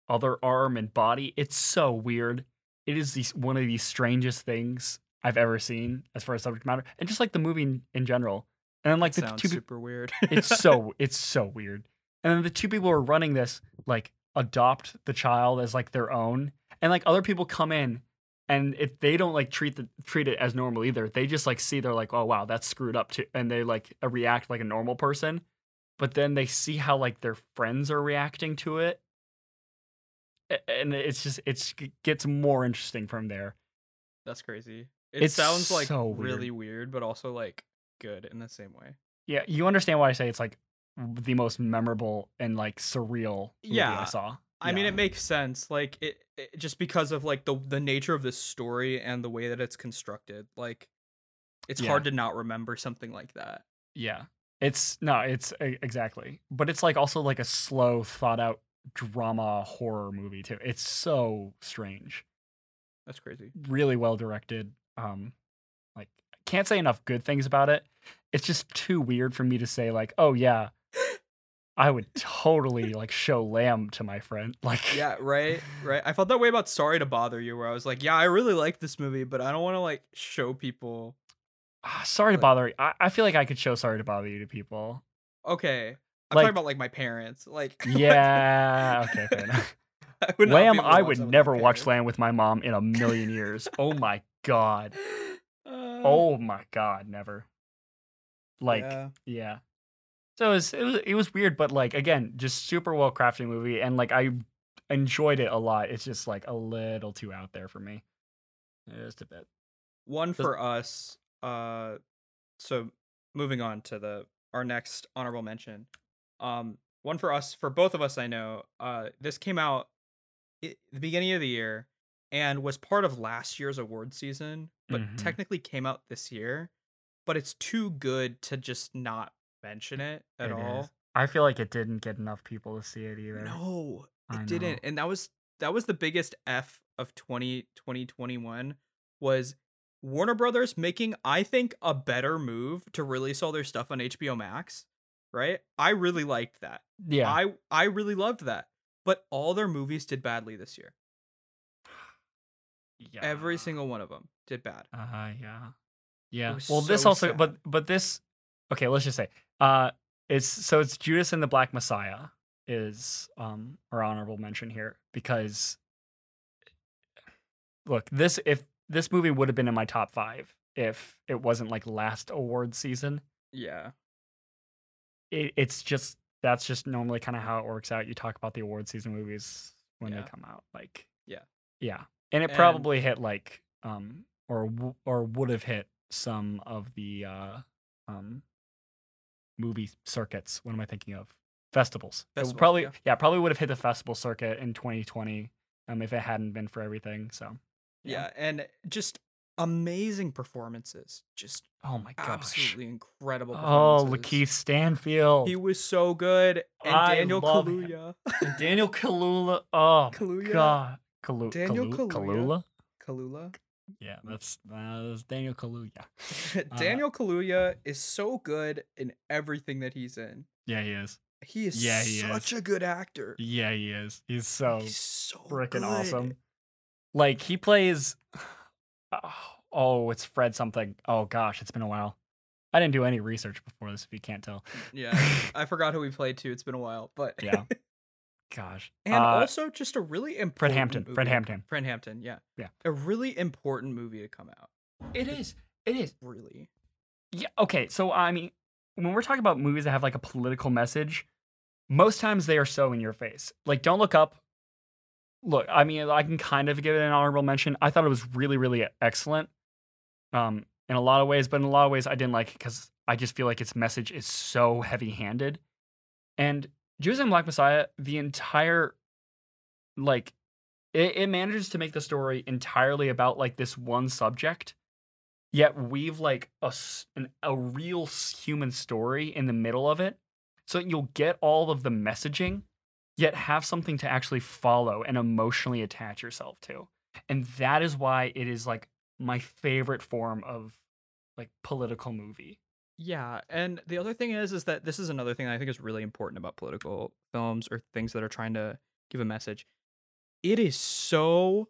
Speaker 1: other arm and body. It's so weird. It is the, one of the strangest things I've ever seen as far as subject matter, and just like the movie in, in general. And then like the
Speaker 2: sounds
Speaker 1: two, peop-
Speaker 2: super weird.
Speaker 1: it's so it's so weird. And then the two people who are running this like adopt the child as like their own, and like other people come in, and if they don't like treat the treat it as normal either, they just like see they're like oh wow that's screwed up too, and they like uh, react like a normal person, but then they see how like their friends are reacting to it, a- and it's just it's it gets more interesting from there.
Speaker 2: That's crazy. It
Speaker 1: It's
Speaker 2: sounds like
Speaker 1: so weird.
Speaker 2: really weird, but also like good in the same way.
Speaker 1: Yeah, you understand why I say it's like the most memorable and like surreal movie I
Speaker 2: Yeah.
Speaker 1: saw.
Speaker 2: I mean,
Speaker 1: Yeah.
Speaker 2: it makes sense, like it, it just because of like the the nature of this story and the way that it's constructed. Like, it's
Speaker 1: Yeah.
Speaker 2: hard to not remember something like that.
Speaker 1: Yeah. It's no, it's e- exactly. But it's like also like a slow, thought out drama horror movie too. It's so strange.
Speaker 2: That's crazy.
Speaker 1: Really well directed. Um like I can't say enough good things about it. It's just too weird for me to say like, "Oh yeah, I would totally like show lamb to my friend." Like
Speaker 2: Yeah, right, right. I felt that way about Sorry to Bother You, where I was like, yeah, I really like this movie, but I don't want to like show people.
Speaker 1: ah, sorry to
Speaker 2: Like-
Speaker 1: bother. you. I, I feel like I could show sorry to bother you to people.
Speaker 2: Okay, I'm
Speaker 1: Like-
Speaker 2: talking about like my parents. Like,
Speaker 1: Yeah. okay, fair enough.
Speaker 2: I would not be
Speaker 1: Lamb,
Speaker 2: able to
Speaker 1: I
Speaker 2: watch
Speaker 1: would
Speaker 2: that with my
Speaker 1: never watch
Speaker 2: parents.
Speaker 1: Lamb with my mom in a million years. oh my god.
Speaker 2: Uh,
Speaker 1: oh my god, never. Like yeah.
Speaker 3: yeah.
Speaker 1: So it was, it was it was weird, but like again, just super well crafted movie, and like I enjoyed it a lot. It's just like a little too out there for me. Just a bit.
Speaker 2: One
Speaker 1: Does-
Speaker 2: for
Speaker 1: for
Speaker 2: us. Uh, so moving on to the our next honorable mention. Um, one for us, for both of us. I know. Uh, this came out i the beginning of the year and was part of last year's award season, but
Speaker 1: Mhm.
Speaker 2: technically came out this year. But it's too good to just not mention it at
Speaker 1: It
Speaker 2: all.
Speaker 1: is. I feel like it didn't get enough people to see it either.
Speaker 2: No, it
Speaker 1: I know.
Speaker 2: didn't. And that was that was the biggest F of 20 2021 was Warner Brothers making I think a better move to release all their stuff on HBO Max, right? I really liked that.
Speaker 1: Yeah.
Speaker 2: I I really loved that. But all their movies did badly this year.
Speaker 1: yeah.
Speaker 2: Every single one of them did bad.
Speaker 1: Uh, yeah. Yeah.
Speaker 2: was
Speaker 1: Well, this
Speaker 2: so
Speaker 1: also,
Speaker 2: sad.
Speaker 1: but but this, okay, let's just say, uh, it's so it's Judas and the Black Messiah is um our honorable mention here because, look, this if this movie would have been in my top five if it wasn't like last award season.
Speaker 2: Yeah.
Speaker 1: It, it's just that's just normally kind of how it works out. You talk about the award season movies when
Speaker 2: Yeah.
Speaker 1: they come out, like
Speaker 2: Yeah.
Speaker 1: yeah, and it
Speaker 2: And-
Speaker 1: probably hit like um or w- or would have hit some of the uh um movie circuits. What am I thinking of? Festivals. It
Speaker 2: Festivals,
Speaker 1: would probably
Speaker 2: yeah.
Speaker 1: yeah. probably would have hit the festival circuit in 2020 um if it hadn't been for everything. So
Speaker 2: Yeah, and just amazing performances. Just
Speaker 1: Oh my gosh.
Speaker 2: absolutely incredible
Speaker 1: Oh,
Speaker 2: performances.
Speaker 1: Lakeith Stanfield.
Speaker 2: He was so good and
Speaker 1: I
Speaker 2: Daniel
Speaker 1: love him.
Speaker 2: Kaluuya.
Speaker 1: And Daniel Kalula. Oh
Speaker 2: Kaluuya.
Speaker 1: God, Kalu-
Speaker 2: Daniel
Speaker 1: Kalu-
Speaker 2: Kaluuya. Kalula.
Speaker 1: Yeah, that's that's Daniel Kaluuya.
Speaker 2: Daniel Kaluuya is so good in everything that he's in.
Speaker 1: Yeah, he is.
Speaker 2: He is
Speaker 1: Yeah, he
Speaker 2: such
Speaker 1: is.
Speaker 2: a good actor.
Speaker 1: Yeah, he is. He's so
Speaker 2: he's so
Speaker 1: freaking
Speaker 2: good.
Speaker 1: awesome. Like he plays. Oh, Oh, it's Fred something. Oh gosh, it's been a while. I didn't do any research before this. If you can't tell.
Speaker 2: Yeah, I forgot who he played too. It's been a while, but
Speaker 1: Yeah. Gosh.
Speaker 2: and
Speaker 1: Uh,
Speaker 2: also just a really important
Speaker 1: Fred Hampton. Fred
Speaker 2: movie.
Speaker 1: Hampton.
Speaker 2: Fred Hampton. Yeah.
Speaker 1: Yeah.
Speaker 2: A really important movie to come out.
Speaker 1: It is. It is.
Speaker 2: Really.
Speaker 1: Yeah. Okay. So I mean, when we're talking about movies that have like a political message, most times they are so in your face. Like, don't look up. Look, I mean, I can kind of give it an honorable mention. I thought it was really, really excellent, um, in a lot of ways. But in a lot of ways, I didn't like it because I just feel like its message is so heavy-handed. And Jews and Black Messiah, the entire, like, it, it manages to make the story entirely about like this one subject yet weave like a, s- an, a real s- human story in the middle of it so that you'll get all of the messaging yet have something to actually follow and emotionally attach yourself to and that is why it is like my favorite form of like political movie
Speaker 2: Yeah, and the other thing is is that this is another thing I think is really important about political films or things that are trying to give a message. It is so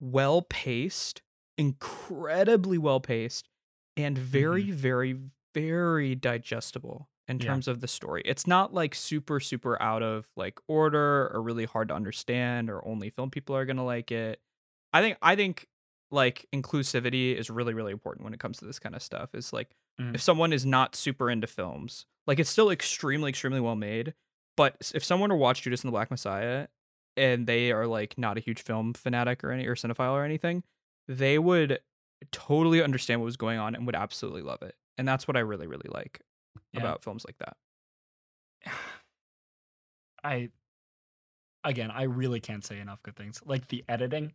Speaker 2: well paced, incredibly well paced, and very, very, very digestible in
Speaker 1: Yeah.
Speaker 2: terms of the story. It's not like super, super out of like order or really hard to understand or only film people are gonna like it. I think I think like inclusivity is really, really important when it comes to this kind of stuff. It's like
Speaker 1: Mm.
Speaker 2: if someone is not super into films, like it's still extremely, extremely well made. But s- if someone were to watch Judas and the Black Messiah and they are like not a huge film fanatic or any or cinephile or anything, they would totally understand what was going on and would absolutely love it. And that's what I really, really like
Speaker 1: Yeah.
Speaker 2: about films like that.
Speaker 1: i again i really can't say enough good things like the editing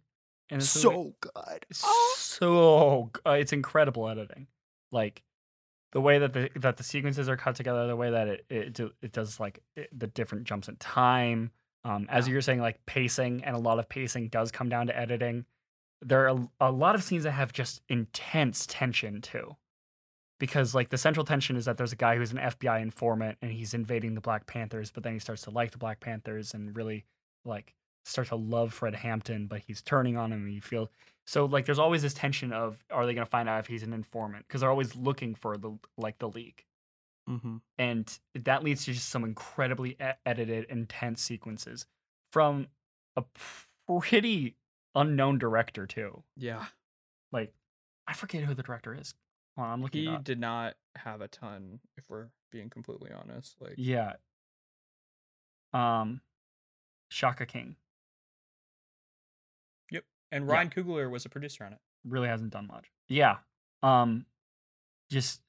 Speaker 1: and
Speaker 2: good. Ah!
Speaker 1: so g- uh, it's incredible editing like the way that the that the sequences are cut together the way that it it, do- it does like it, the different jumps in time um as
Speaker 2: Yeah.
Speaker 1: you're saying like pacing and a lot of pacing does come down to editing there are a, a lot of scenes that have just intense tension too because like the central tension is that there's a guy who's an FBI informant and he's invading the Black Panthers but then he starts to like the Black Panthers and really like starts to love Fred Hampton but he's turning on him and you feel so like there's always this tension of are they going to find out if he's an informant because they're always looking for the like the leak
Speaker 2: Mm-hmm.
Speaker 1: and that leads to just some incredibly e- edited intense sequences from a pretty unknown director too
Speaker 2: Yeah.
Speaker 1: like I forget who the director is Hold on, I'm looking.
Speaker 2: He
Speaker 1: it up.
Speaker 2: did not have a ton, if we're being completely honest. Like
Speaker 1: Yeah. Um, Shaka King
Speaker 2: and
Speaker 1: yeah.
Speaker 2: Ryan Coogler was a producer on it.
Speaker 1: really hasn't done much. Yeah. Um, just.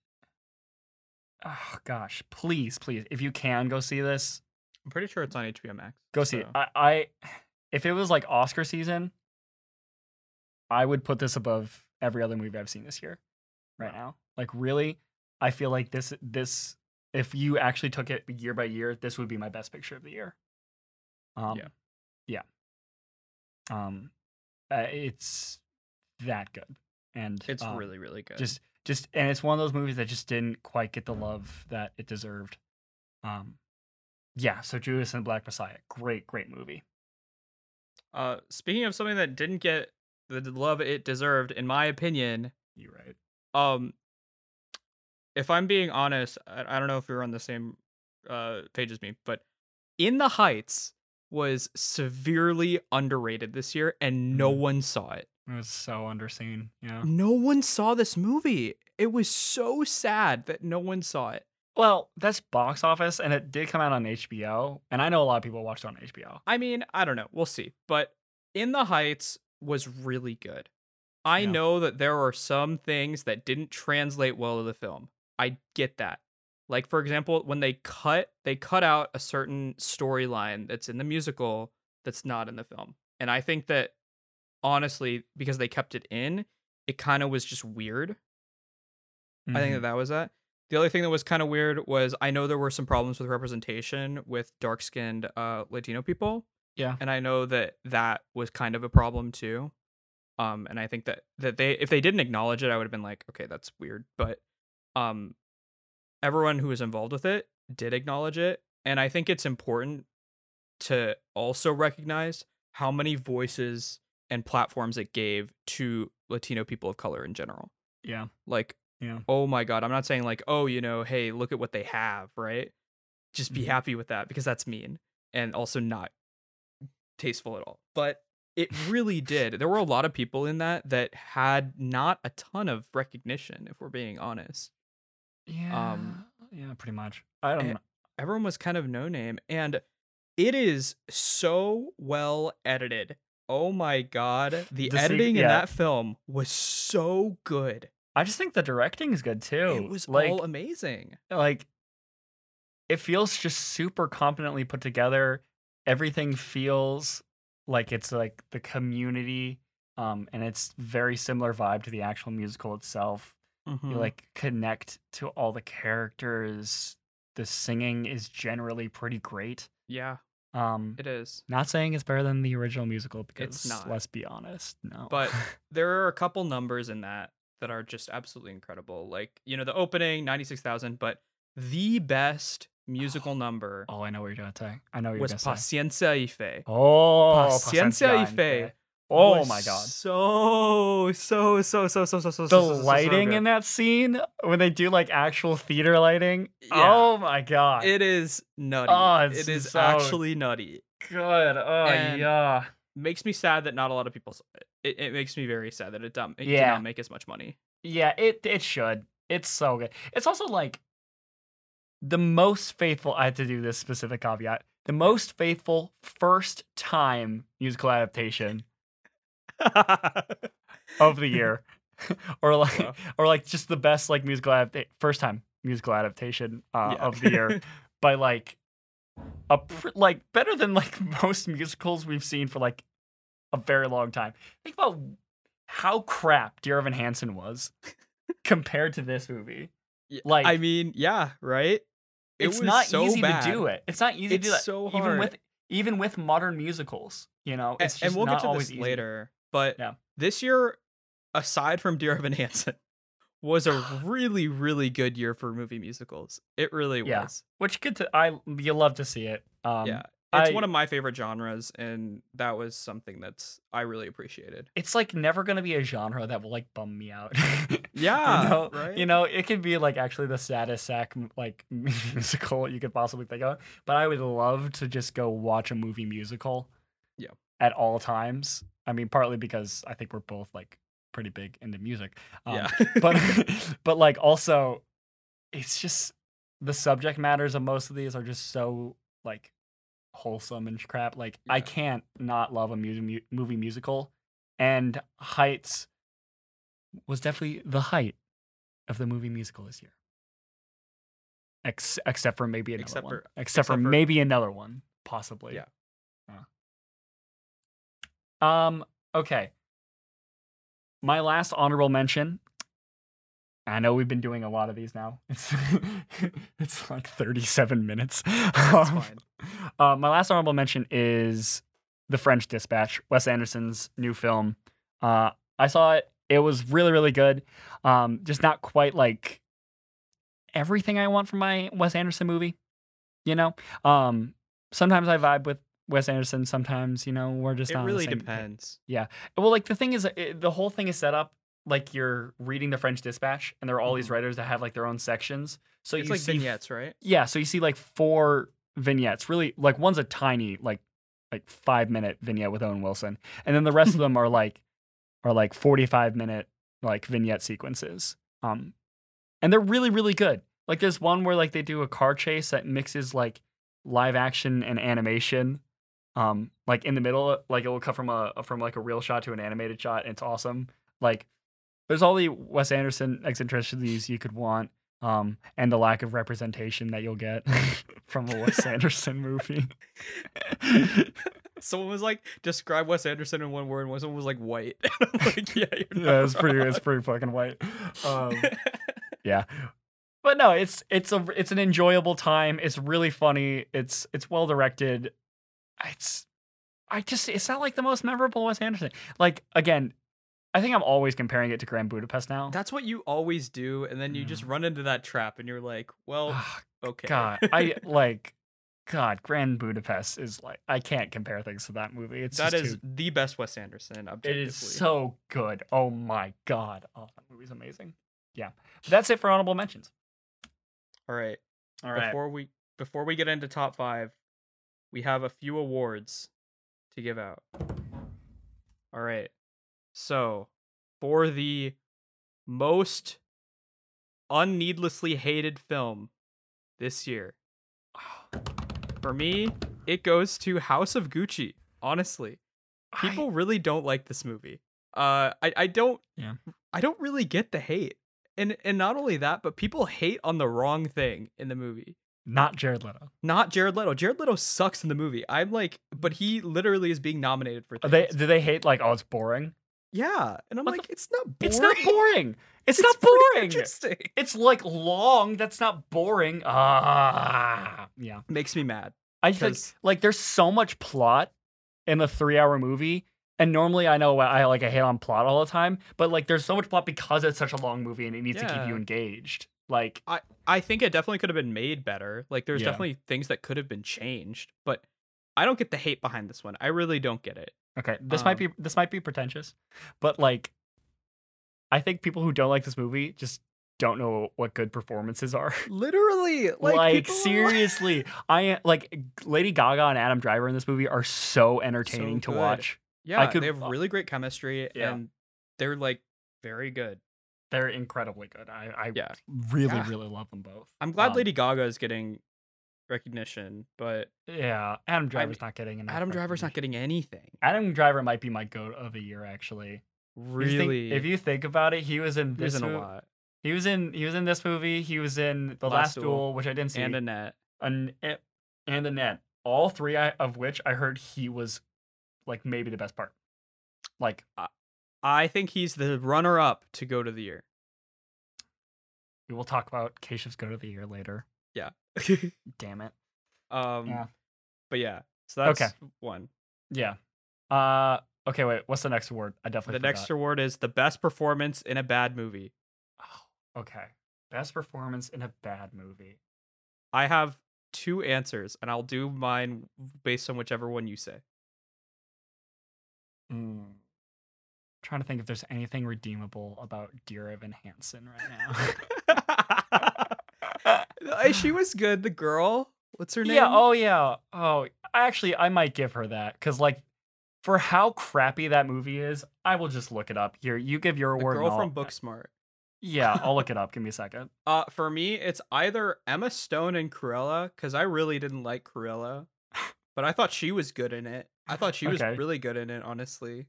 Speaker 1: Oh gosh, please, please, if you can go see this,
Speaker 2: I'm pretty sure it's on HBO Max.
Speaker 1: go see it.
Speaker 2: so-
Speaker 1: I, I, if it was like Oscar season, I would put this above every other movie I've seen this year. Right now, like really, I feel like this this if you actually took it year by year, this would be my best picture of the year. Um,
Speaker 2: Yeah.
Speaker 1: yeah. Um, uh, it's that good, and
Speaker 2: It's
Speaker 1: um,
Speaker 2: really, really good.
Speaker 1: just just and it's one of those movies that just didn't quite get the love that it deserved um yeah so judas and the black messiah great great movie
Speaker 2: uh, speaking of something that didn't get the d- love it deserved, in my opinion,
Speaker 1: you're right
Speaker 2: um, if I'm being honest, I, I don't know if you're on the same uh page as me, but In the Heights was severely underrated this year, and no
Speaker 1: Mhm.
Speaker 2: one saw it.
Speaker 1: it was so underseen yeah
Speaker 2: No one saw this movie. It was so sad that no one saw it.
Speaker 1: well that's box office and it did come out on hbo and i know a lot of people watched it on hbo
Speaker 2: I mean, I don't know. We'll see. But In the Heights was really good. I
Speaker 1: Yeah.
Speaker 2: know that there are some things that didn't translate well to the film. I get that. Like for example, when they cut they cut out a certain storyline that's in the musical that's not in the film. And I think that honestly because they kept it in, it kind of was just weird. I
Speaker 1: Mm-hmm,
Speaker 2: think that that was that. The other thing that was kind of weird was I know there were some problems with representation with dark skinned uh, Latino people.
Speaker 1: Yeah.
Speaker 2: And I know that that was kind of a problem too. Um, and I think that that they if they didn't acknowledge it, I would have been like, okay, that's weird. But um, everyone who was involved with it did acknowledge it, and I think it's important to also recognize how many voices and platforms it gave to Latino people of color in general.
Speaker 1: yeah
Speaker 2: Like,
Speaker 1: Yeah.
Speaker 2: oh my God, I'm not saying like, oh, you know, hey, look at what they have, right? Just be
Speaker 1: Mhm.
Speaker 2: happy with that because that's mean and also not tasteful at all. But it really did. There were a lot of people in that that had not a ton of recognition, if we're being honest.
Speaker 1: yeah
Speaker 2: Um,
Speaker 1: yeah pretty much i don't
Speaker 2: eh,
Speaker 1: know
Speaker 2: Everyone was kind of no name and it is so well edited. Oh my God. The,
Speaker 1: The sec-
Speaker 2: editing in
Speaker 1: yeah.
Speaker 2: that film was so good.
Speaker 1: i just think the directing is good too
Speaker 2: It was
Speaker 1: like
Speaker 2: all amazing.
Speaker 1: like it feels just super competently put together. Everything feels like it's like the community, um, and it's very similar vibe to the actual musical itself. You
Speaker 2: Mm.
Speaker 1: like connect to all the characters. The singing is generally pretty great.
Speaker 2: yeah,
Speaker 1: Um,
Speaker 2: it is.
Speaker 1: not saying it's better than the original musical because
Speaker 2: not.
Speaker 1: let's be honest, no.
Speaker 2: But there are a couple numbers in that that are just absolutely incredible. Like, you know, the opening 96,000, but the best musical number
Speaker 1: oh, I know what you're gonna say. I know what you're
Speaker 2: was
Speaker 1: gonna say.
Speaker 2: Paciencia y Fe.
Speaker 1: Oh,
Speaker 2: Paciencia y
Speaker 1: en
Speaker 2: Fe
Speaker 1: Fe. Oh
Speaker 2: was
Speaker 1: my god.
Speaker 2: So, so, so, so, so, so, so, so,
Speaker 1: the
Speaker 2: so, so, so
Speaker 1: lighting
Speaker 2: good.
Speaker 1: in that scene when they do like actual theater lighting.
Speaker 2: Yeah.
Speaker 1: Oh my god.
Speaker 2: It is nutty.
Speaker 1: Oh, it's
Speaker 2: it is
Speaker 1: so-
Speaker 2: actually nutty.
Speaker 1: good. Oh
Speaker 2: and-
Speaker 1: yeah.
Speaker 2: Makes me sad that not a lot of people saw it. It, it makes me very sad that it, dom- it did
Speaker 1: Yeah.
Speaker 2: not make as much money.
Speaker 1: Yeah, it it should. It's so good. It's also like the most faithful I have to do this specific caveat. The most faithful first time musical adaptation of the year. or like
Speaker 2: Wow.
Speaker 1: or like just the best like musical adapta- first time musical adaptation uh,
Speaker 2: Yeah.
Speaker 1: of the year. by like a pr- like better than like most musicals we've seen for like a very long time. Think about how crap Dear Evan Hansen was compared to this movie.
Speaker 2: Yeah,
Speaker 1: Like
Speaker 2: I mean, yeah, right? It
Speaker 1: it's
Speaker 2: was
Speaker 1: not
Speaker 2: so
Speaker 1: easy
Speaker 2: bad.
Speaker 1: to do it. It's not easy
Speaker 2: It's
Speaker 1: to do that.
Speaker 2: so hard.
Speaker 1: Even with even with modern musicals, you know,
Speaker 2: A-
Speaker 1: it's just
Speaker 2: and we'll
Speaker 1: not
Speaker 2: get to
Speaker 1: always
Speaker 2: this
Speaker 1: easy.
Speaker 2: later, but
Speaker 1: Yeah.
Speaker 2: this year, aside from Dear Evan Hansen, was a really, really good year for movie musicals. It really
Speaker 1: Yeah.
Speaker 2: was.
Speaker 1: Which good to I you love to see it. Um,
Speaker 2: yeah. It's
Speaker 1: I-
Speaker 2: one of my favorite genres, and that was something that's I really appreciated.
Speaker 1: it's like never gonna be a genre that will like bum me out.
Speaker 2: Yeah,
Speaker 1: you know,
Speaker 2: Ah, right?
Speaker 1: You know, it could be like actually the saddest sack m- like musical you could possibly think of, but I would love to just go watch a movie musical.
Speaker 2: Yeah.
Speaker 1: At all times. I mean, partly because I think we're both like pretty big into music. Um,
Speaker 2: yeah.
Speaker 1: but but like also it's just the subject matters of most of these are just so like wholesome and crap like i
Speaker 2: Yeah.
Speaker 1: can't not love a mu- mu- movie musical and heights was definitely the height of the movie musical this year Ex- except for maybe another
Speaker 2: Except
Speaker 1: one
Speaker 2: for-
Speaker 1: except, for,
Speaker 2: except for-
Speaker 1: maybe another one possibly
Speaker 2: Yeah.
Speaker 1: Uh. um okay my last honorable mention I know we've been doing a lot of these now. It's it's like 37 minutes.
Speaker 2: That's
Speaker 1: Um,
Speaker 2: fine.
Speaker 1: uh, my last honorable mention is The French Dispatch, Wes Anderson's new film. Uh, I saw it. It was really, really good. Um, just not quite like everything I want from my Wes Anderson movie, you know? Um, sometimes I vibe with Wes Anderson. Sometimes, you know, we're just
Speaker 2: It
Speaker 1: not on the
Speaker 2: really
Speaker 1: same-
Speaker 2: depends.
Speaker 1: well, like the thing is, it, the whole thing is set up like you're reading the French Dispatch, and there are all these
Speaker 2: Mhm.
Speaker 1: writers that have like their own sections. So
Speaker 2: it's
Speaker 1: you
Speaker 2: like
Speaker 1: see,
Speaker 2: vignettes, right?
Speaker 1: yeah. So you see like four vignettes. Really, like one's a tiny, like like five minute vignette with Owen Wilson, and then the rest of them are like are like forty five minute like vignette sequences. Um, and they're really really good. Like there's one where like they do a car chase that mixes like live action and animation. Um, like in the middle, like it will cut from a from like a real shot to an animated shot. And it's awesome. Like there's all the Wes Anderson eccentricities you could want, um, and the lack of representation that you'll get from a Wes Anderson movie.
Speaker 2: Someone was like, describe Wes Anderson in one word, and someone was like, white. I'm like, yeah, you're not
Speaker 1: yeah, it's pretty. It's pretty
Speaker 2: wrong."
Speaker 1: fucking white. Um, yeah but no it's it's a it's an enjoyable time it's really funny it's it's well directed it's i just it's not like the most memorable wes anderson like again i think i'm always comparing it to grand budapest now
Speaker 2: That's what you always do, and then you just
Speaker 1: Mm.
Speaker 2: run into that trap, and you're like, well,
Speaker 1: Ah,
Speaker 2: okay.
Speaker 1: god i like god grand budapest is like i can't compare things to that movie it's
Speaker 2: that
Speaker 1: just
Speaker 2: is
Speaker 1: too-
Speaker 2: the best Wes Anderson.
Speaker 1: it
Speaker 2: Objectively.
Speaker 1: is so good oh my god oh that movie's amazing yeah But that's it for honorable mentions
Speaker 2: All right.
Speaker 1: all
Speaker 2: Before we before we get into top five, we have a few awards to give out. All right. So for the most unneedlessly hated film this year, for me, it goes to House of Gucci. Honestly,
Speaker 1: I-
Speaker 2: people really don't like this movie. Uh, I I don't
Speaker 1: Yeah.
Speaker 2: I don't really get the hate, and and not only that, but people hate on the wrong thing in the movie
Speaker 1: not jared leto
Speaker 2: not Jared Leto. Jared Leto sucks in the movie. I'm like, but he literally is being nominated for
Speaker 1: Are
Speaker 2: things.
Speaker 1: they do they hate like oh it's boring?
Speaker 2: yeah, and I'm
Speaker 1: What
Speaker 2: like, it's not boring.
Speaker 1: It's not boring. It's,
Speaker 2: It's
Speaker 1: not
Speaker 2: pretty
Speaker 1: boring.
Speaker 2: Interesting.
Speaker 1: It's like long. That's not boring. Ah, yeah.
Speaker 2: Makes me mad
Speaker 1: I think
Speaker 2: because
Speaker 1: like there's so much plot in a three-hour movie, and normally I know I like I hate on plot all the time, but like there's so much plot because it's such a long movie and it needs to keep
Speaker 2: Yeah.
Speaker 1: you engaged. Like
Speaker 2: I think it definitely could have been made better. Like, there's
Speaker 1: Yeah.
Speaker 2: definitely things that could have been changed, but I don't get the hate behind this one. I really don't get it.
Speaker 1: okay, this
Speaker 2: Um
Speaker 1: might be this might be pretentious, but like I think people who don't like this movie just don't know what good performances are.
Speaker 2: Literally, like,
Speaker 1: like,
Speaker 2: people-
Speaker 1: seriously i like lady gaga and adam driver in this movie are so entertaining to
Speaker 2: good.
Speaker 1: watch
Speaker 2: Yeah,
Speaker 1: I could-
Speaker 2: they have really great chemistry,
Speaker 1: Yeah.
Speaker 2: and they're like very good.
Speaker 1: they're incredibly good i, I
Speaker 2: Yeah.
Speaker 1: really
Speaker 2: Yeah.
Speaker 1: really love them both
Speaker 2: I'm glad
Speaker 1: Um,
Speaker 2: Lady Gaga is getting recognition, but
Speaker 1: yeah adam driver's not getting enough
Speaker 2: Adam Driver's not
Speaker 1: recognition.
Speaker 2: getting anything.
Speaker 1: adam driver might be my goat of the year actually If you think-
Speaker 2: Really,
Speaker 1: if you think about it he was in
Speaker 2: There's
Speaker 1: this
Speaker 2: in a
Speaker 1: mo-
Speaker 2: lot.
Speaker 1: he was in he was in this movie he was in the last,
Speaker 2: Last
Speaker 1: duel,
Speaker 2: Duel.
Speaker 1: which i didn't see
Speaker 2: And Annette.
Speaker 1: an, e, and the net all three I, of which i heard he was like maybe the best part like
Speaker 2: I think he's the runner up to go to the year.
Speaker 1: We will talk about Keshiv's Go to the Year later. Damn it.
Speaker 2: um
Speaker 1: Yeah.
Speaker 2: but yeah. So that's
Speaker 1: Okay.
Speaker 2: one.
Speaker 1: Yeah. Uh okay, wait, what's the next award? I
Speaker 2: The
Speaker 1: definitely
Speaker 2: next award is the best performance in a bad movie.
Speaker 1: forgot. Oh, okay. Best performance in a bad movie.
Speaker 2: I have two answers and I'll do mine based on whichever one you say.
Speaker 1: Mm. Trying to think if there's anything redeemable about Dear Evan Hansen right now.
Speaker 2: Uh, she was good, the girl. What's her name?
Speaker 1: Oh, yeah, oh yeah. Oh, actually I might give her that cuz like for how crappy that movie is, I will just look it up. Here, you give your
Speaker 2: The
Speaker 1: award. and
Speaker 2: girl
Speaker 1: I'll-
Speaker 2: from Booksmart.
Speaker 1: Yeah, I'll look it up. Give me a second.
Speaker 2: Uh, for me, it's either Emma Stone and Cruella, because I really didn't like Cruella, but I thought she was good in it. I thought she was
Speaker 1: Okay.
Speaker 2: really good in it, honestly.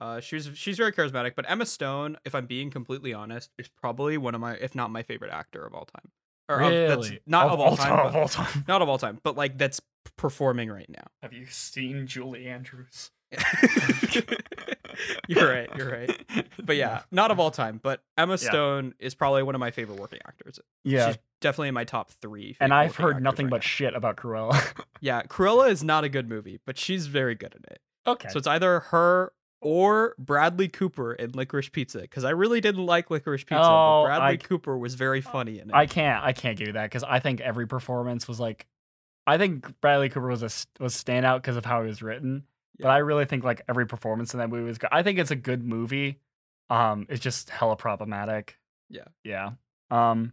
Speaker 2: Uh, she was she's very charismatic, but Emma Stone, if I'm being completely honest, is probably one of my, if not my favorite actor of all time, or of- that's
Speaker 1: Really?
Speaker 2: not of, all, time,
Speaker 1: of
Speaker 2: but-
Speaker 1: all time.
Speaker 2: not of all time, but like that's p- performing right now.
Speaker 1: Have you seen Julie Andrews?
Speaker 2: you're right, you're right. But yeah, not of all time, but Emma Stone is probably one of my favorite working actors.
Speaker 1: yeah.
Speaker 2: She's definitely in my top three.
Speaker 1: And
Speaker 2: favorite
Speaker 1: I've
Speaker 2: working
Speaker 1: heard
Speaker 2: actors
Speaker 1: nothing
Speaker 2: right
Speaker 1: but shit about Cruella.
Speaker 2: now. yeah, Cruella is not a good movie, but she's very good in it.
Speaker 1: okay.
Speaker 2: So it's either her or Bradley Cooper in Licorice Pizza because I really didn't like Licorice Pizza,
Speaker 1: Oh,
Speaker 2: but Bradley
Speaker 1: I- Oh,
Speaker 2: Cooper was very funny in it.
Speaker 1: I can't. I can't give you that because I think every performance was like, I think Bradley Cooper was a s- was standout because of how he was written. But
Speaker 2: Yeah.
Speaker 1: I really think like every performance in that movie was good. I think it's a good movie. Um, it's just hella problematic.
Speaker 2: Yeah.
Speaker 1: Yeah. Um,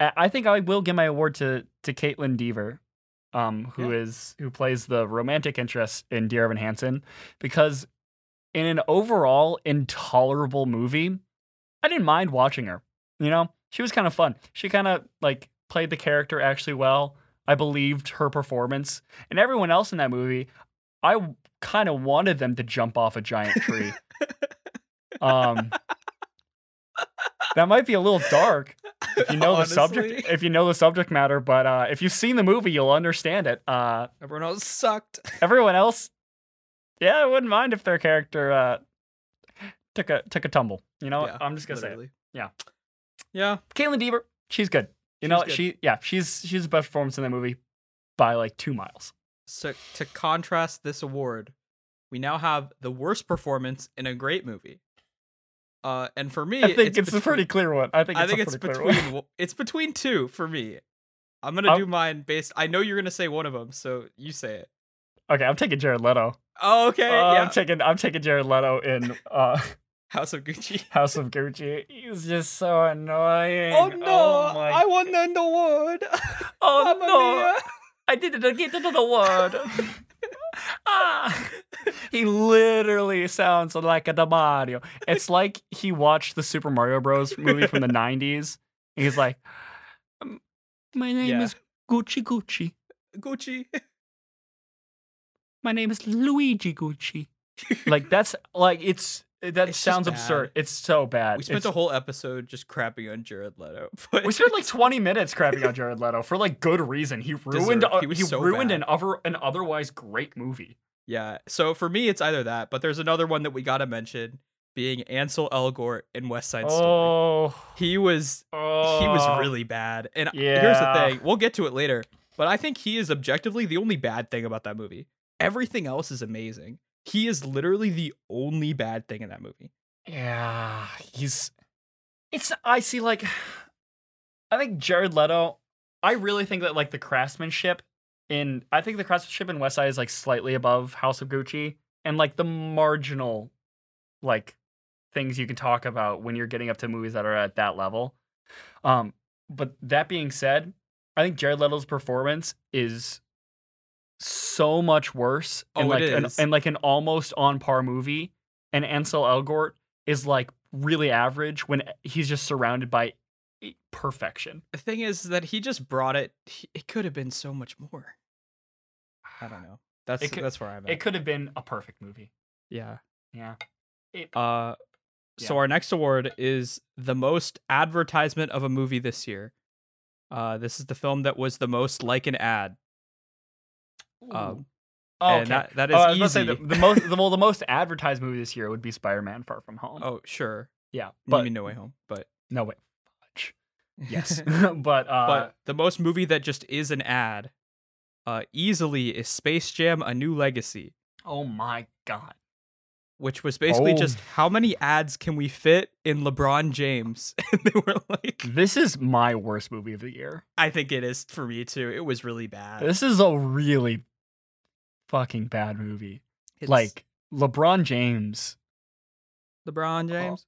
Speaker 1: I I think I will give my award to to Caitlin Deaver, um, who
Speaker 2: Yeah.
Speaker 1: is- who plays the romantic interest in Dear Evan Hansen, because in an overall intolerable movie, I didn't mind watching her. You know, she was kind of fun. She kind of like played the character actually well. I believed her performance and everyone else in that movie. I kind of wanted them to jump off a giant tree. um, that might be a little dark if you know the subject.
Speaker 2: Honestly,
Speaker 1: If you know the subject matter, but uh, if you've seen the movie, you'll understand it. Uh,
Speaker 2: Everyone else sucked.
Speaker 1: everyone else, yeah, I wouldn't mind if their character uh, took a took a tumble. You know,
Speaker 2: Yeah,
Speaker 1: I'm just gonna say it.
Speaker 2: literally.
Speaker 1: Yeah.
Speaker 2: Yeah.
Speaker 1: Caitlin Deaver, she's good. You know,
Speaker 2: She's good.
Speaker 1: she yeah, she's she's the best performance in that movie by like two miles.
Speaker 2: So to contrast this award, we now have the worst performance in a great movie. Uh, and for me,
Speaker 1: I think it's, a
Speaker 2: between-
Speaker 1: pretty clear one. I think it's
Speaker 2: I think
Speaker 1: a
Speaker 2: it's
Speaker 1: pretty clear
Speaker 2: between
Speaker 1: one.
Speaker 2: w- it's between two for me. I'm gonna
Speaker 1: Um,
Speaker 2: do mine based. I know you're gonna say one of them, so you say it.
Speaker 1: Okay, I'm taking Jared Leto.
Speaker 2: Oh, okay.
Speaker 1: Uh,
Speaker 2: yeah.
Speaker 1: I'm taking I'm taking Jared Leto in uh,
Speaker 2: House of Gucci.
Speaker 1: House of Gucci. He's just so annoying.
Speaker 2: Oh no!
Speaker 1: my-
Speaker 2: I won the award.
Speaker 1: oh
Speaker 2: Mamma
Speaker 1: no!
Speaker 2: mia.
Speaker 1: I did it again to the word. ah. He literally sounds like a Demario. It's like he watched the Super Mario Bros. movie from the 90s. And he's like, "Um, My name
Speaker 2: Yeah.
Speaker 1: is Gucci Gucci.
Speaker 2: Gucci.
Speaker 1: My name is Luigi Gucci. like, that's like, it's that
Speaker 2: It's just
Speaker 1: sounds
Speaker 2: bad.
Speaker 1: absurd. It's so bad.
Speaker 2: We spent
Speaker 1: It's-
Speaker 2: a whole episode just crapping on Jared Leto. But
Speaker 1: we spent like 20 minutes crapping on Jared Leto for like good reason. He ruined
Speaker 2: Deserved.
Speaker 1: a-
Speaker 2: He was so
Speaker 1: ruined
Speaker 2: bad.
Speaker 1: an other an otherwise great movie.
Speaker 2: Yeah. So for me, it's either that, but there's another one that we gotta mention being Ansel Elgort in West Side Story.
Speaker 1: Oh,
Speaker 2: He was he
Speaker 1: oh.
Speaker 2: was really bad, and here's the
Speaker 1: yeah.
Speaker 2: thing: we'll get to it later. But I think he is objectively the only bad thing about that movie. Everything else is amazing. He is literally the only bad thing in that movie.
Speaker 1: Yeah, he's. It's I see like, I think Jared Leto. I really think that like the craftsmanship in I think the craftsmanship in West Side is like slightly above House of Gucci and like the marginal, like things you can talk about when you're getting up to movies that are at that level. Um, but that being said, I think Jared Leto's performance is so much worse
Speaker 2: Oh,
Speaker 1: in
Speaker 2: it
Speaker 1: like an,
Speaker 2: is.
Speaker 1: in like an almost on par movie, and Ansel Elgort is like really average when he's just surrounded by perfection.
Speaker 2: The thing is that he just brought it. He, it could have been so much more. I don't know. That's
Speaker 1: It could-
Speaker 2: that's where I'm at.
Speaker 1: It could have been a perfect movie.
Speaker 2: yeah.
Speaker 1: Yeah.
Speaker 2: Uh, so our next award is the most advertisement of a movie this year. Uh, this is the film that was the most like an ad. Um,
Speaker 1: oh,
Speaker 2: and that, that is
Speaker 1: Oh, I was
Speaker 2: easy.
Speaker 1: gonna say the, the most the, well, the most advertised movie this year would be Spider-Man: Far From Home.
Speaker 2: oh, sure.
Speaker 1: yeah,
Speaker 2: But,
Speaker 1: but
Speaker 2: I mean, No Way Home, but
Speaker 1: no way, fudge. Yes,
Speaker 2: but
Speaker 1: but uh,
Speaker 2: the most movie that just is an ad, uh, easily is Space Jam: A New Legacy,
Speaker 1: oh my god,
Speaker 2: which was basically
Speaker 1: Oh.
Speaker 2: just how many ads can we fit in LeBron James? and they were like,
Speaker 1: this is my worst movie of the year.
Speaker 2: I think it is for me too. It was really bad.
Speaker 1: This is a really fucking bad movie.
Speaker 2: It's
Speaker 1: Like LeBron James. uh,
Speaker 2: LeBron James.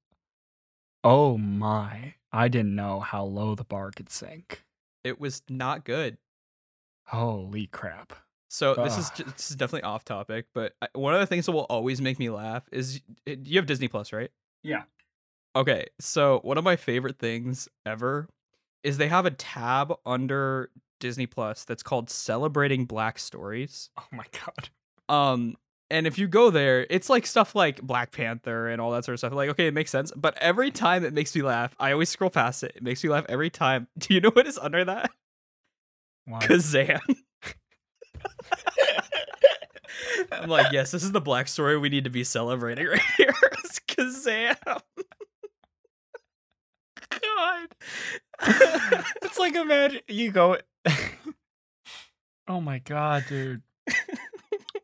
Speaker 1: Oh my, I didn't know how low the bar could sink.
Speaker 2: It was not good.
Speaker 1: Holy crap.
Speaker 2: So this is
Speaker 1: Ugh.
Speaker 2: ju- this is definitely off topic, but I, one of the things that will always make me laugh is y- you have Disney Plus, right?
Speaker 1: Yeah.
Speaker 2: Okay, so one of my favorite things ever is they have a tab under Disney Plus that's called Celebrating Black Stories.
Speaker 1: Oh my god.
Speaker 2: Um and if you go there, it's like stuff like Black Panther and all that sort of stuff. Like, okay, it makes sense. But every time it makes me laugh, I always scroll past it. It makes me laugh every time. Do you know what is under that?
Speaker 1: Wow.
Speaker 2: Kazan. I'm like, yes, this is the black story we need to be celebrating right here. It's Kazam.
Speaker 1: God. it's like imagine you go. oh my god, dude.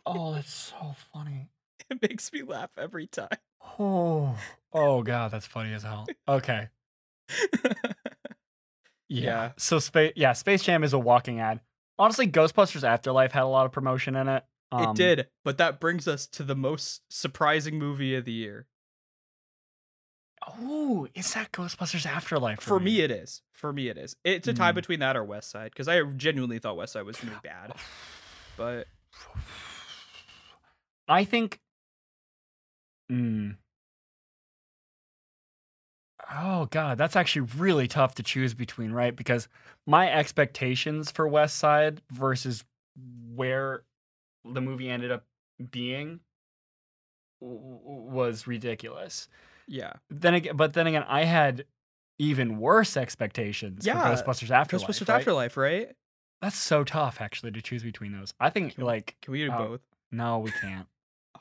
Speaker 1: Oh, that's so funny.
Speaker 2: It makes me laugh every time.
Speaker 1: Oh, oh god, that's funny as hell. Okay. Yeah.
Speaker 2: Yeah.
Speaker 1: So space, yeah, Space Jam is a walking ad. Honestly, Ghostbusters Afterlife had a lot of promotion in it. Um,
Speaker 2: it did, but that brings us to the most surprising movie of the year.
Speaker 1: Oh, is that Ghostbusters Afterlife
Speaker 2: For, me, it is. For me, it is. It's a tie
Speaker 1: Mm.
Speaker 2: between that or West Side, because I genuinely thought West Side was gonna be bad. But
Speaker 1: I think. Mm. Oh god, that's actually really tough to choose between, right? Because my expectations for West Side versus where the movie ended up being w- w- was ridiculous.
Speaker 2: yeah.
Speaker 1: Then again, but then again, I had even worse expectations
Speaker 2: Yeah,
Speaker 1: for Ghostbusters Afterlife.
Speaker 2: Ghostbusters
Speaker 1: right?
Speaker 2: Afterlife, right?
Speaker 1: That's so tough, actually, to choose between those. I think
Speaker 2: Can we-
Speaker 1: like
Speaker 2: Can we do
Speaker 1: Uh,
Speaker 2: both?
Speaker 1: no, we can't.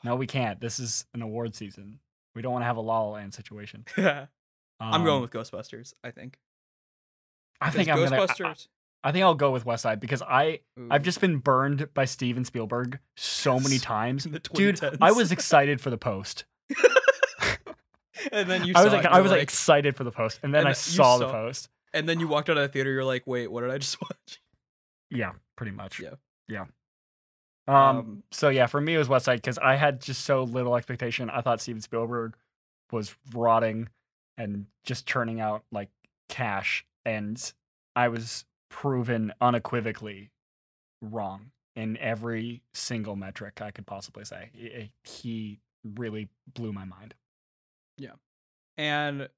Speaker 1: No, we can't. This is an award season. We don't want to have a La La Land situation.
Speaker 2: I'm
Speaker 1: Um,
Speaker 2: going with Ghostbusters, I think.
Speaker 1: I think I'm
Speaker 2: Because
Speaker 1: gonna. I-
Speaker 2: Ghostbusters.
Speaker 1: I, I think I'll go with West Side because I I've
Speaker 2: Ooh.
Speaker 1: just been burned by Steven Spielberg so many times.
Speaker 2: in the
Speaker 1: Dude,
Speaker 2: 2010s.
Speaker 1: I was excited for the post.
Speaker 2: and then you
Speaker 1: I was
Speaker 2: saw
Speaker 1: like,
Speaker 2: it,
Speaker 1: I
Speaker 2: you're
Speaker 1: was like excited for the post, and then
Speaker 2: And
Speaker 1: I
Speaker 2: you
Speaker 1: saw the
Speaker 2: saw-
Speaker 1: post.
Speaker 2: and then you walked out of the theater. You're like, wait, what did I just watch?
Speaker 1: Yeah, pretty much.
Speaker 2: Yeah.
Speaker 1: Yeah. Um, so yeah, for me it was West Side because I had just so little expectation. I thought Steven Spielberg was rotting and just churning out like cash, and I was proven unequivocally wrong in every single metric I could possibly say. I- I- He really blew my mind.
Speaker 2: and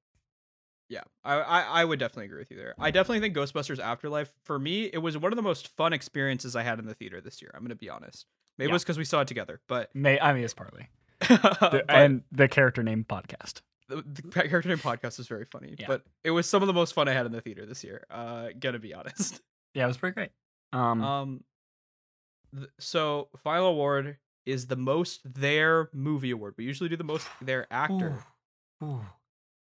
Speaker 2: yeah, I, I I would definitely agree with you there. I definitely think Ghostbusters Afterlife for me it was one of the most fun experiences I had in the theater this year. I'm gonna be honest. Maybe
Speaker 1: Yeah.
Speaker 2: it was because we saw it together, but,
Speaker 1: May I mean it's partly
Speaker 2: but
Speaker 1: The- and the character name podcast.
Speaker 2: the, the character name podcast was very funny.
Speaker 1: Yeah.
Speaker 2: But it was some of the most fun I had in the theater this year. Uh, gonna be honest.
Speaker 1: Yeah, it was pretty great. Um,
Speaker 2: Um, th- so final award is the most their movie award. We usually do the most their actor,
Speaker 1: ooh, ooh.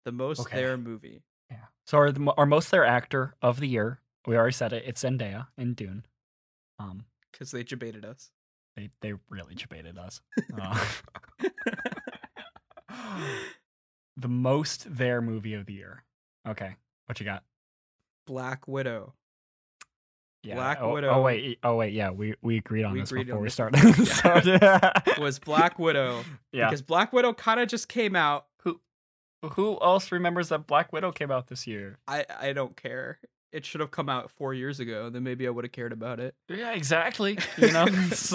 Speaker 2: the most
Speaker 1: okay.
Speaker 2: their movie.
Speaker 1: Yeah. So our the mo- our most their actor of the year, we already said it. It's Zendaya in Dune. Um,
Speaker 2: because they debated us.
Speaker 1: they they really debated us. Uh, the most their movie of the year. Okay, what you got?
Speaker 2: Black Widow.
Speaker 1: Yeah.
Speaker 2: Black
Speaker 1: oh, Oh
Speaker 2: Widow.
Speaker 1: wait. e- Oh wait. Yeah, we we agreed on
Speaker 2: We
Speaker 1: this
Speaker 2: agreed
Speaker 1: before
Speaker 2: on
Speaker 1: we
Speaker 2: this
Speaker 1: started.
Speaker 2: before-
Speaker 1: Sorry.
Speaker 2: Was Black Widow.
Speaker 1: Yeah.
Speaker 2: Because Black Widow kind of just came out.
Speaker 1: who who else remembers that Black Widow came out this year?
Speaker 2: I I don't care. It should have come out four years ago. Then maybe I would have cared about it.
Speaker 1: Yeah, exactly. You know. It's-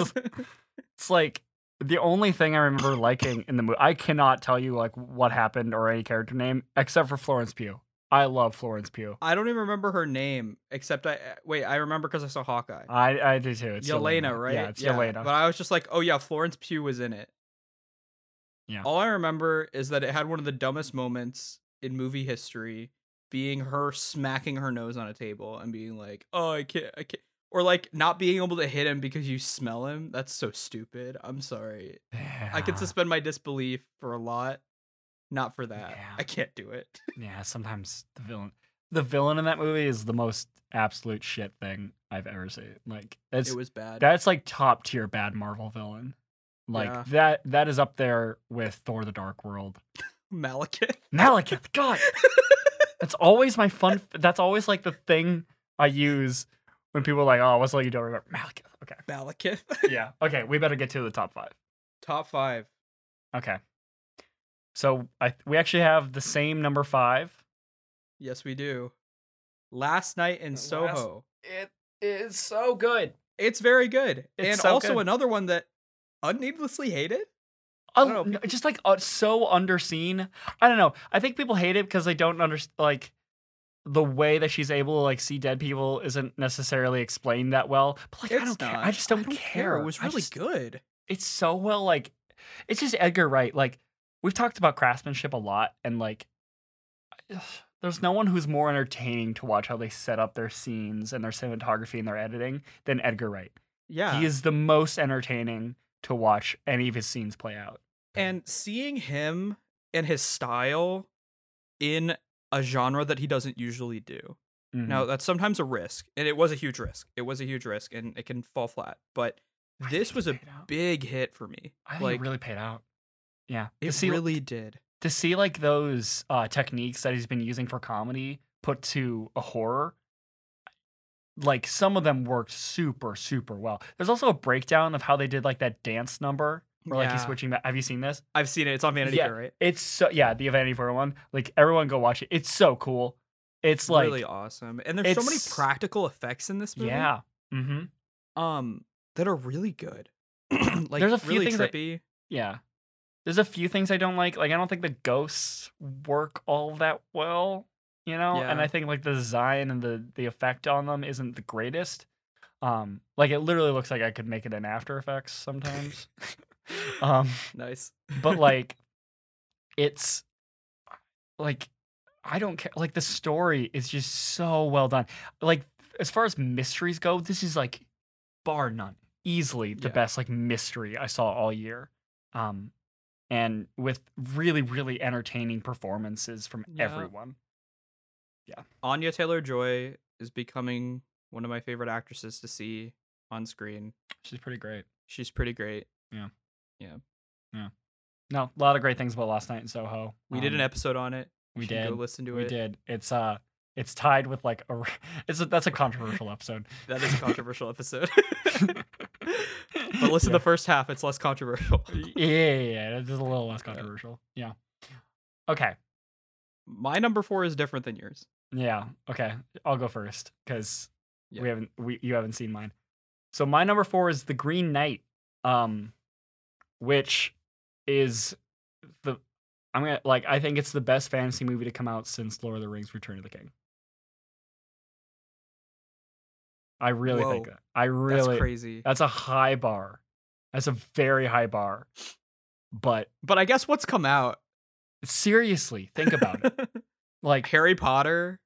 Speaker 1: it's like the only thing I remember liking in the movie. I cannot tell you like what happened or any character name except for Florence Pugh. I love Florence Pugh.
Speaker 2: I don't even remember her name, except I eh, wait. I remember because I saw Hawkeye.
Speaker 1: I I do too. It's
Speaker 2: Yelena, right?
Speaker 1: Yeah, it's Yelena.
Speaker 2: But I was just like, oh yeah, Florence Pugh was in it.
Speaker 1: Yeah.
Speaker 2: All I remember is that it had one of the dumbest moments in movie history, being her smacking her nose on a table and being like, oh, I can't, I can't, or like not being able to hit him because you smell him. That's so stupid. I'm sorry. I
Speaker 1: Yeah.
Speaker 2: can suspend my disbelief for a lot, not for that.
Speaker 1: Yeah.
Speaker 2: I can't do it.
Speaker 1: Yeah, sometimes the villain, the villain in that movie is the most absolute shit thing I've ever seen. Like it's
Speaker 2: it was bad.
Speaker 1: that's like top tier bad Marvel villain. Like
Speaker 2: Yeah.
Speaker 1: that that is up there with Thor: The Dark World.
Speaker 2: Malekith.
Speaker 1: Malekith, God. That's always my fun. That's always like the thing I use when people are like, oh, what's like you don't remember? Malekith. Okay.
Speaker 2: Malekith.
Speaker 1: Yeah. Okay. We better get to the top five.
Speaker 2: Top five.
Speaker 1: Okay. So I we actually have the same number five.
Speaker 2: Yes, we do. Last night in
Speaker 1: Last-
Speaker 2: Soho.
Speaker 1: It is so good.
Speaker 2: It's very good.
Speaker 1: It's
Speaker 2: and
Speaker 1: so
Speaker 2: also
Speaker 1: good.
Speaker 2: another one that unneedlessly hated.
Speaker 1: Oh,
Speaker 2: don't know,
Speaker 1: no, just like uh, so underseen. I don't know. I think people hate it because they don't understand like the way that she's able to like see dead people isn't necessarily explained that well. But like I
Speaker 2: It's
Speaker 1: don't care.
Speaker 2: not.
Speaker 1: I just don't,
Speaker 2: It was
Speaker 1: I
Speaker 2: really
Speaker 1: just-
Speaker 2: good.
Speaker 1: It's so well like it's just Edgar Wright. Like we've talked about craftsmanship a lot and like ugh, there's no one who's more entertaining to watch how they set up their scenes and their cinematography and their editing than Edgar Wright.
Speaker 2: Yeah.
Speaker 1: He is the most entertaining to watch any of his scenes play out.
Speaker 2: and seeing him and his style in a genre that he doesn't usually do.
Speaker 1: Mhm.
Speaker 2: Now, that's sometimes a risk, and it was a huge risk. It was a huge risk, and it can fall flat. But
Speaker 1: I think
Speaker 2: this
Speaker 1: it
Speaker 2: was a
Speaker 1: paid out.
Speaker 2: big hit for me.
Speaker 1: I think
Speaker 2: like
Speaker 1: it really paid out. Yeah, to
Speaker 2: it
Speaker 1: see
Speaker 2: really did.
Speaker 1: to see like those uh, techniques that he's been using for comedy put to a horror. Like some of them worked super super well. There's also a breakdown of how they did like that dance number where like he's
Speaker 2: Yeah.
Speaker 1: switching back. Have you seen this?
Speaker 2: I've seen it. It's on Vanity
Speaker 1: Yeah,
Speaker 2: Fair, right?
Speaker 1: It's so yeah the Vanity Fair one. Like everyone go watch it. It's so cool. It's like
Speaker 2: really awesome. And there's so many
Speaker 1: it's-
Speaker 2: practical effects in this movie.
Speaker 1: yeah. Mm-hmm.
Speaker 2: Um, that are really good. like
Speaker 1: There's a few
Speaker 2: really
Speaker 1: things that-
Speaker 2: trippy.
Speaker 1: Yeah. There's a few things I don't like. Like I don't think the ghosts work all that well, you know? And
Speaker 2: Yeah.
Speaker 1: I think like the design and the the effect on them isn't the greatest. Um like it literally looks like I could make it in After Effects sometimes.
Speaker 2: Uh,
Speaker 1: um
Speaker 2: nice.
Speaker 1: but like it's like I don't care like the story is just so well done. Like as far as mysteries go, this is like bar none easily the
Speaker 2: Yeah.
Speaker 1: best like mystery I saw all year. Um and with really really entertaining performances from
Speaker 2: Yeah.
Speaker 1: everyone.
Speaker 2: Anya Taylor Joy is becoming one of my favorite actresses to see on screen.
Speaker 1: She's pretty great.
Speaker 2: She's pretty great.
Speaker 1: No, a lot of great things about Last Night in Soho.
Speaker 2: We did an
Speaker 1: Um,
Speaker 2: episode on it. You
Speaker 1: we
Speaker 2: should
Speaker 1: did.
Speaker 2: Go listen to
Speaker 1: We
Speaker 2: it.
Speaker 1: did. It's uh it's tied with like a it's a, that's a controversial episode.
Speaker 2: That is a controversial episode. but listen to the first half; it's less controversial.
Speaker 1: yeah, yeah, yeah, yeah. This is a little less
Speaker 2: Yeah.
Speaker 1: controversial. Yeah. Okay.
Speaker 2: My number four is different than yours.
Speaker 1: Yeah. Okay. I'll go first because
Speaker 2: Yeah.
Speaker 1: we haven't we you haven't seen mine. So my number four is the Green Knight, um, which is the I'm gonna like I think it's the best fantasy movie to come out since Lord of the Rings: Return of the King. I really think
Speaker 2: Whoa.
Speaker 1: that. I really
Speaker 2: That's crazy.
Speaker 1: that's a high bar. That's a very high bar. But
Speaker 2: but I guess what's come out?
Speaker 1: seriously, think about it. Like
Speaker 2: Harry Potter,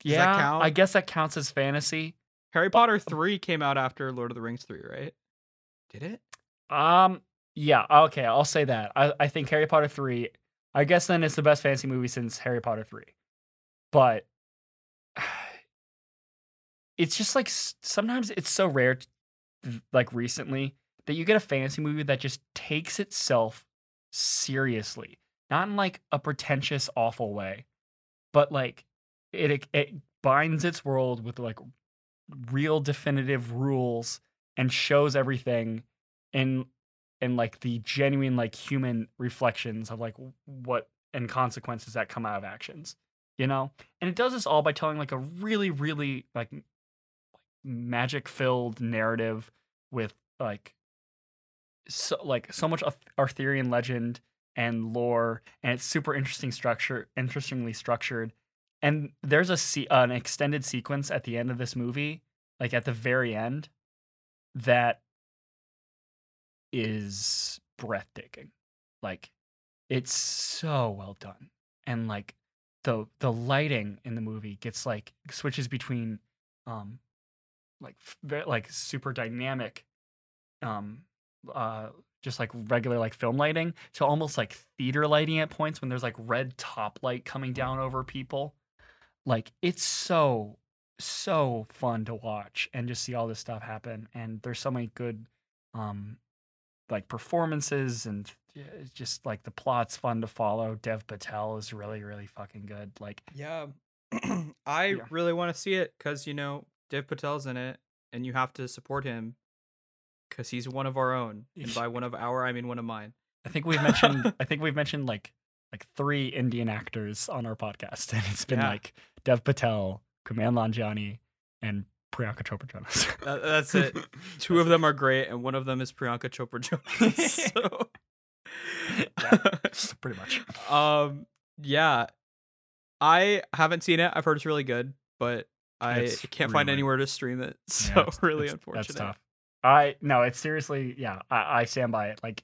Speaker 2: Does that
Speaker 1: yeah,
Speaker 2: count?
Speaker 1: I guess that counts as fantasy.
Speaker 2: Harry Potter 3 came out after Lord of the Rings 3, right? Did it?
Speaker 1: Um, yeah, okay, I'll say that. I, I think Harry Potter 3, I guess then it's the best fantasy movie since Harry Potter 3. But it's just like s- sometimes it's so rare, t- like recently, that you get a fantasy movie that just takes itself seriously, not in like a pretentious, awful way, but like it, it, it binds its world with like real definitive rules and shows everything in in like the genuine like human reflections of like w- what and consequences that come out of actions you know and it does this all by telling like a really really like magic filled narrative with like so like so much Arth- arthurian legend and lore and it's super interesting structure interestingly structured and there's a se- an extended sequence at the end of this movie like at the very end that is breathtaking like it's so well done and like the the lighting in the movie gets like switches between um like f- ve- like super dynamic um uh just like regular like film lighting to almost like theater lighting at points when there's like red top light coming down over people like it's so so fun to watch and just see all this stuff happen and there's so many good um like performances and yeah, it's just like the plot's fun to follow dev patel is really really fucking good like
Speaker 2: Yeah. I
Speaker 1: Yeah.
Speaker 2: really want to see it cuz you know Dev Patel's in it and you have to support him cuz he's one of our own. And by one of our I mean one of mine.
Speaker 1: i think we've mentioned i think we've mentioned like like three indian actors on our podcast and it's been
Speaker 2: Yeah.
Speaker 1: like dev patel kumail nanjiani and Priyanka Chopra Jonas.
Speaker 2: That, that's it. Two of them are great, and one of them is Priyanka Chopra Jonas. so.
Speaker 1: Pretty much.
Speaker 2: um, yeah, I haven't seen it. I've heard it's really good, but I
Speaker 1: It's
Speaker 2: can't find
Speaker 1: really-
Speaker 2: anywhere to stream it. So
Speaker 1: Yeah, it's-
Speaker 2: really
Speaker 1: it's-
Speaker 2: unfortunate.
Speaker 1: That's tough. I no, it's seriously, yeah, I, I stand by it. Like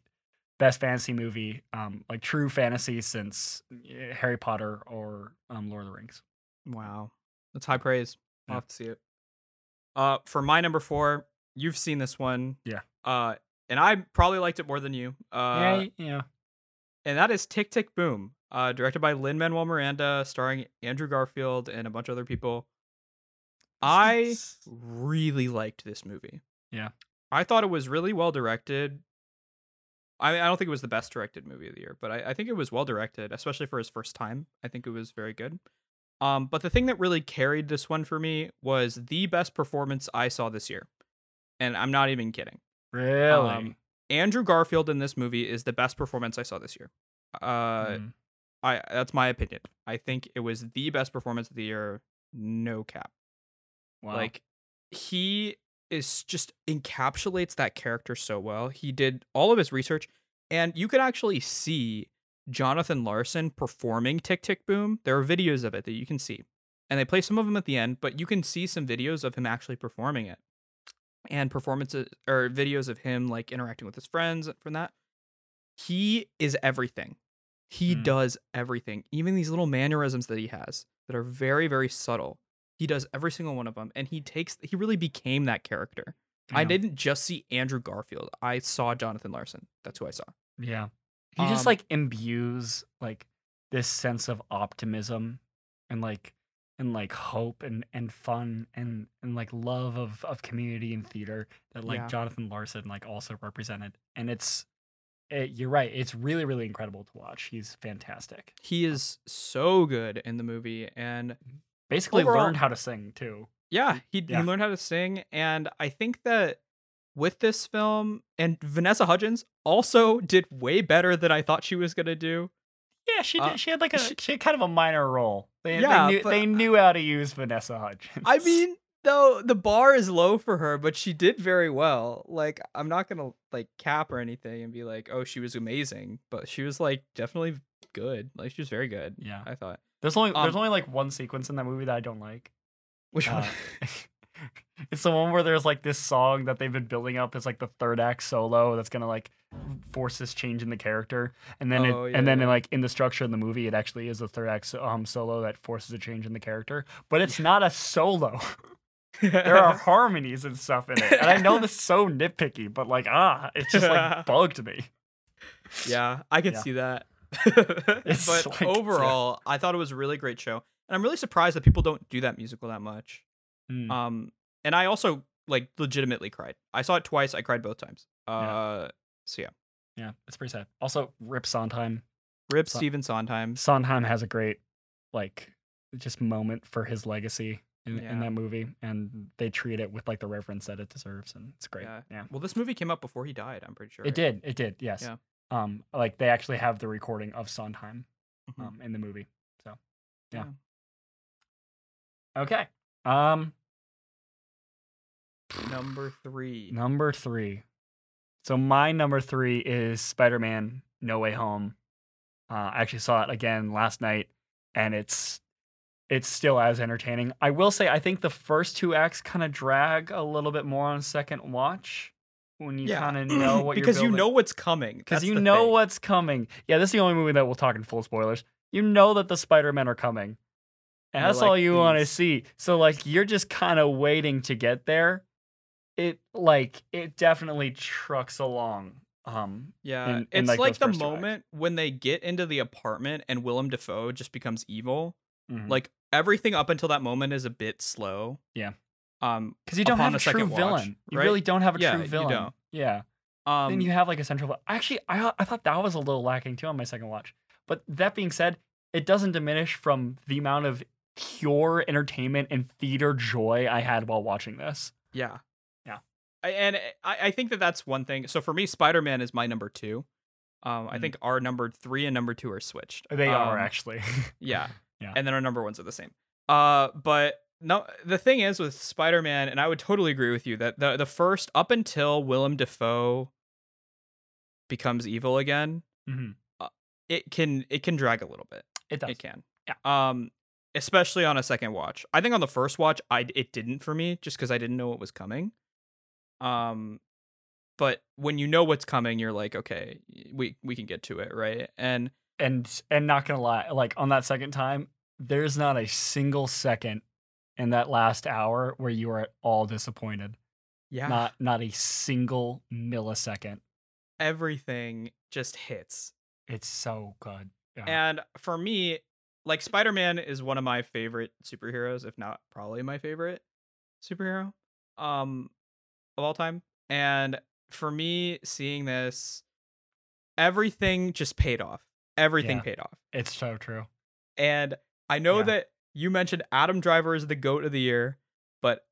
Speaker 1: best fantasy movie, um, like true fantasy since eh, Harry Potter or um, Lord of the Rings.
Speaker 2: Wow, that's high praise. I'll
Speaker 1: Yeah.
Speaker 2: have to see it. Uh, for my number four, you've seen this one.
Speaker 1: Yeah.
Speaker 2: Uh, and I probably liked it more than you. Uh,
Speaker 1: yeah, y- yeah.
Speaker 2: and that is Tick Tick Boom, uh, directed by Lin Manuel Miranda, starring Andrew Garfield and a bunch of other people. I really liked this movie.
Speaker 1: Yeah.
Speaker 2: I thought it was really well directed. I mean, I don't think it was the best directed movie of the year, but I, I think it was well directed, especially for his first time. I think it was very good. Um, but the thing that really carried this one for me was the best performance I saw this year. And I'm not even kidding.
Speaker 1: really.
Speaker 2: um, Andrew Garfield in this movie is the best performance I saw this year. Uh,
Speaker 1: Mm.
Speaker 2: I that's my opinion. I think it was the best performance of the year, no cap.
Speaker 1: Wow.
Speaker 2: Like he is just encapsulates that character so well. He did all of his research and you could actually see Jonathan Larson performing Tick Tick Boom. There are videos of it that you can see. And they play some of them at the end, but you can see some videos of him actually performing it. And performances or videos of him like interacting with his friends from that. He is everything. He
Speaker 1: Hmm.
Speaker 2: does everything. Even these little mannerisms that he has that are very very subtle. He does every single one of them and he takes he really became that character. I
Speaker 1: damn.
Speaker 2: didn't just see Andrew Garfield. I saw Jonathan Larson. That's who I saw.
Speaker 1: Yeah. He just
Speaker 2: Um,
Speaker 1: like imbues like this sense of optimism and like and like hope and and fun and and like love of of community and theater that like
Speaker 2: Yeah.
Speaker 1: Jonathan Larson like also represented. And it's it, you're right. It's really really incredible to watch. He's fantastic.
Speaker 2: He is so good in the movie and
Speaker 1: Basically
Speaker 2: Overall-
Speaker 1: learned how to sing too.
Speaker 2: yeah, he
Speaker 1: Yeah.
Speaker 2: he learned how to sing and I think that with this film and Vanessa Hudgens also did way better than I thought she was going to do.
Speaker 1: Yeah, she
Speaker 2: Uh,
Speaker 1: did, she had like a
Speaker 2: she-
Speaker 1: she, had kind of a minor role. They,
Speaker 2: Yeah,
Speaker 1: they knew
Speaker 2: but-
Speaker 1: they knew how to use Vanessa Hudgens.
Speaker 2: I mean, though the bar is low for her, but she did very well. Like I'm not gonna like cap or anything and be like, oh, she was amazing, but she was like definitely good. Like she was very good.
Speaker 1: yeah.
Speaker 2: I thought.
Speaker 1: There's only there's
Speaker 2: um,
Speaker 1: only like one sequence in that movie that I don't like.
Speaker 2: Which one?
Speaker 1: Uh, it's the one where there's like this song that they've been building up as like the third act solo that's gonna like force this change in the character, and then
Speaker 2: Oh,
Speaker 1: it,
Speaker 2: yeah,
Speaker 1: and then
Speaker 2: yeah.
Speaker 1: like in the structure in the movie, it actually is the third act so- um, solo that forces a change in the character, but it's not a solo. there are harmonies and stuff in it, and I know this is so nitpicky, but like ah, it just like bugged me.
Speaker 2: Yeah, I could
Speaker 1: Yeah.
Speaker 2: see that.
Speaker 1: It's
Speaker 2: but
Speaker 1: like- yeah.
Speaker 2: overall, I thought it was a really great show, and I'm really surprised that people don't do that musical that much.
Speaker 1: Mm.
Speaker 2: Um, and I also like legitimately cried. I saw it twice. I cried both times. Uh, so yeah,
Speaker 1: yeah, it's pretty sad. Also, Rip Sondheim.
Speaker 2: rip
Speaker 1: So-
Speaker 2: Steven Sondheim.
Speaker 1: Sondheim has a great like just moment for his legacy in,
Speaker 2: Yeah.
Speaker 1: in that movie, and they treat it with like the reverence that it deserves, and it's great.
Speaker 2: Yeah.
Speaker 1: Yeah,
Speaker 2: Well, this movie came out before he died. I'm pretty sure
Speaker 1: it did, it did, yes.
Speaker 2: Yeah.
Speaker 1: Um, like they actually have the recording of Sondheim
Speaker 2: Mhm.
Speaker 1: um, in the movie. So, yeah. Okay. Um, Mm-hmm.
Speaker 2: Number three.
Speaker 1: number three. So my number three is Spider-Man: No Way Home. Uh, I actually saw it again last night, and it's it's still as entertaining. I will say I think the first two acts kind of drag a little bit more on second watch when you kind of know what
Speaker 2: because
Speaker 1: you're
Speaker 2: you know what's coming.
Speaker 1: because
Speaker 2: That's
Speaker 1: you
Speaker 2: the
Speaker 1: know
Speaker 2: thing.
Speaker 1: what's coming. Yeah, this is the only movie that we'll talk in full spoilers. You know that the Spider-Men are coming. And
Speaker 2: You're
Speaker 1: that's
Speaker 2: like,
Speaker 1: all you want to
Speaker 2: "Please."
Speaker 1: see. So like you're just kind of waiting to get there. It like it definitely trucks along. Um
Speaker 2: Yeah,
Speaker 1: in- in,
Speaker 2: it's
Speaker 1: like,
Speaker 2: like,
Speaker 1: those
Speaker 2: the
Speaker 1: first two acts.
Speaker 2: moment when they get into the apartment and Willem Dafoe just becomes evil.
Speaker 1: mhm.
Speaker 2: Like everything up until that moment is a bit slow.
Speaker 1: Yeah.
Speaker 2: Um.
Speaker 1: Cuz you don't
Speaker 2: upon
Speaker 1: have a
Speaker 2: the
Speaker 1: true
Speaker 2: second watch,
Speaker 1: villain. You
Speaker 2: right?
Speaker 1: really don't have a
Speaker 2: Yeah,
Speaker 1: true
Speaker 2: you
Speaker 1: villain.
Speaker 2: don't.
Speaker 1: Yeah.
Speaker 2: Um.
Speaker 1: then you have like a central vi- actually I, I thought that was a little lacking too on my second watch but that being said it doesn't diminish from the amount of pure entertainment and theater joy i had while watching this
Speaker 2: yeah.
Speaker 1: Yeah.
Speaker 2: I, and I, I think that that's one thing. So for me, Spider Man is my number two. Um, I
Speaker 1: Mm.
Speaker 2: think our number three and number two are switched.
Speaker 1: they are
Speaker 2: Um,
Speaker 1: actually
Speaker 2: Yeah.
Speaker 1: Yeah.
Speaker 2: And then our number ones are the same. Uh, but no the thing is with spider-man and i would totally agree with you that the, the first up until willem dafoe becomes evil again
Speaker 1: Mhm.
Speaker 2: it can it can drag a little bit
Speaker 1: It does.
Speaker 2: it can yeah um especially on a second watch i think on the first watch i it didn't for me just because i didn't know what was coming um but when you know what's coming you're like okay we we can get to it right and
Speaker 1: and and not gonna lie, like on that second time, there's not a single second in that last hour where you are at all disappointed.
Speaker 2: yeah
Speaker 1: Not not a single millisecond.
Speaker 2: everything just hits
Speaker 1: It's so good. Yeah.
Speaker 2: And for me, like Spider Man is one of my favorite superheroes, if not probably my favorite superhero um, of all time. And for me, seeing this, everything just paid off. Everything
Speaker 1: Yeah.
Speaker 2: paid off.
Speaker 1: it's so true.
Speaker 2: And I know
Speaker 1: Yeah.
Speaker 2: that you mentioned Adam Driver is the goat of the year, but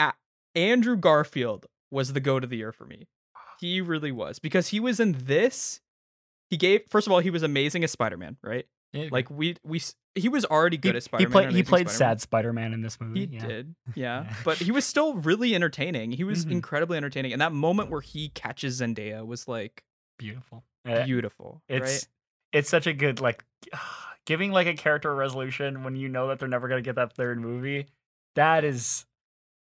Speaker 2: a- Andrew Garfield was the goat of the year for me.
Speaker 1: Ah.
Speaker 2: He really was because he was in this. He gave first of all he was amazing as Spider Man, right?
Speaker 1: Yeah,
Speaker 2: Like we we s- he was already good
Speaker 1: he,
Speaker 2: at Spider-Man.
Speaker 1: He played
Speaker 2: or
Speaker 1: he
Speaker 2: Amazing
Speaker 1: played
Speaker 2: Spider-Man.
Speaker 1: sad Spider-Man in this movie.
Speaker 2: He
Speaker 1: yeah.
Speaker 2: did, yeah.
Speaker 1: Yeah.
Speaker 2: But he was still really entertaining. He was
Speaker 1: Mhm.
Speaker 2: incredibly entertaining, and that moment where he catches Zendaya was like
Speaker 1: Beautiful. Uh,
Speaker 2: beautiful,
Speaker 1: It's
Speaker 2: right?
Speaker 1: it's such a good like giving like a character resolution when you know that they're never gonna get that third movie. That is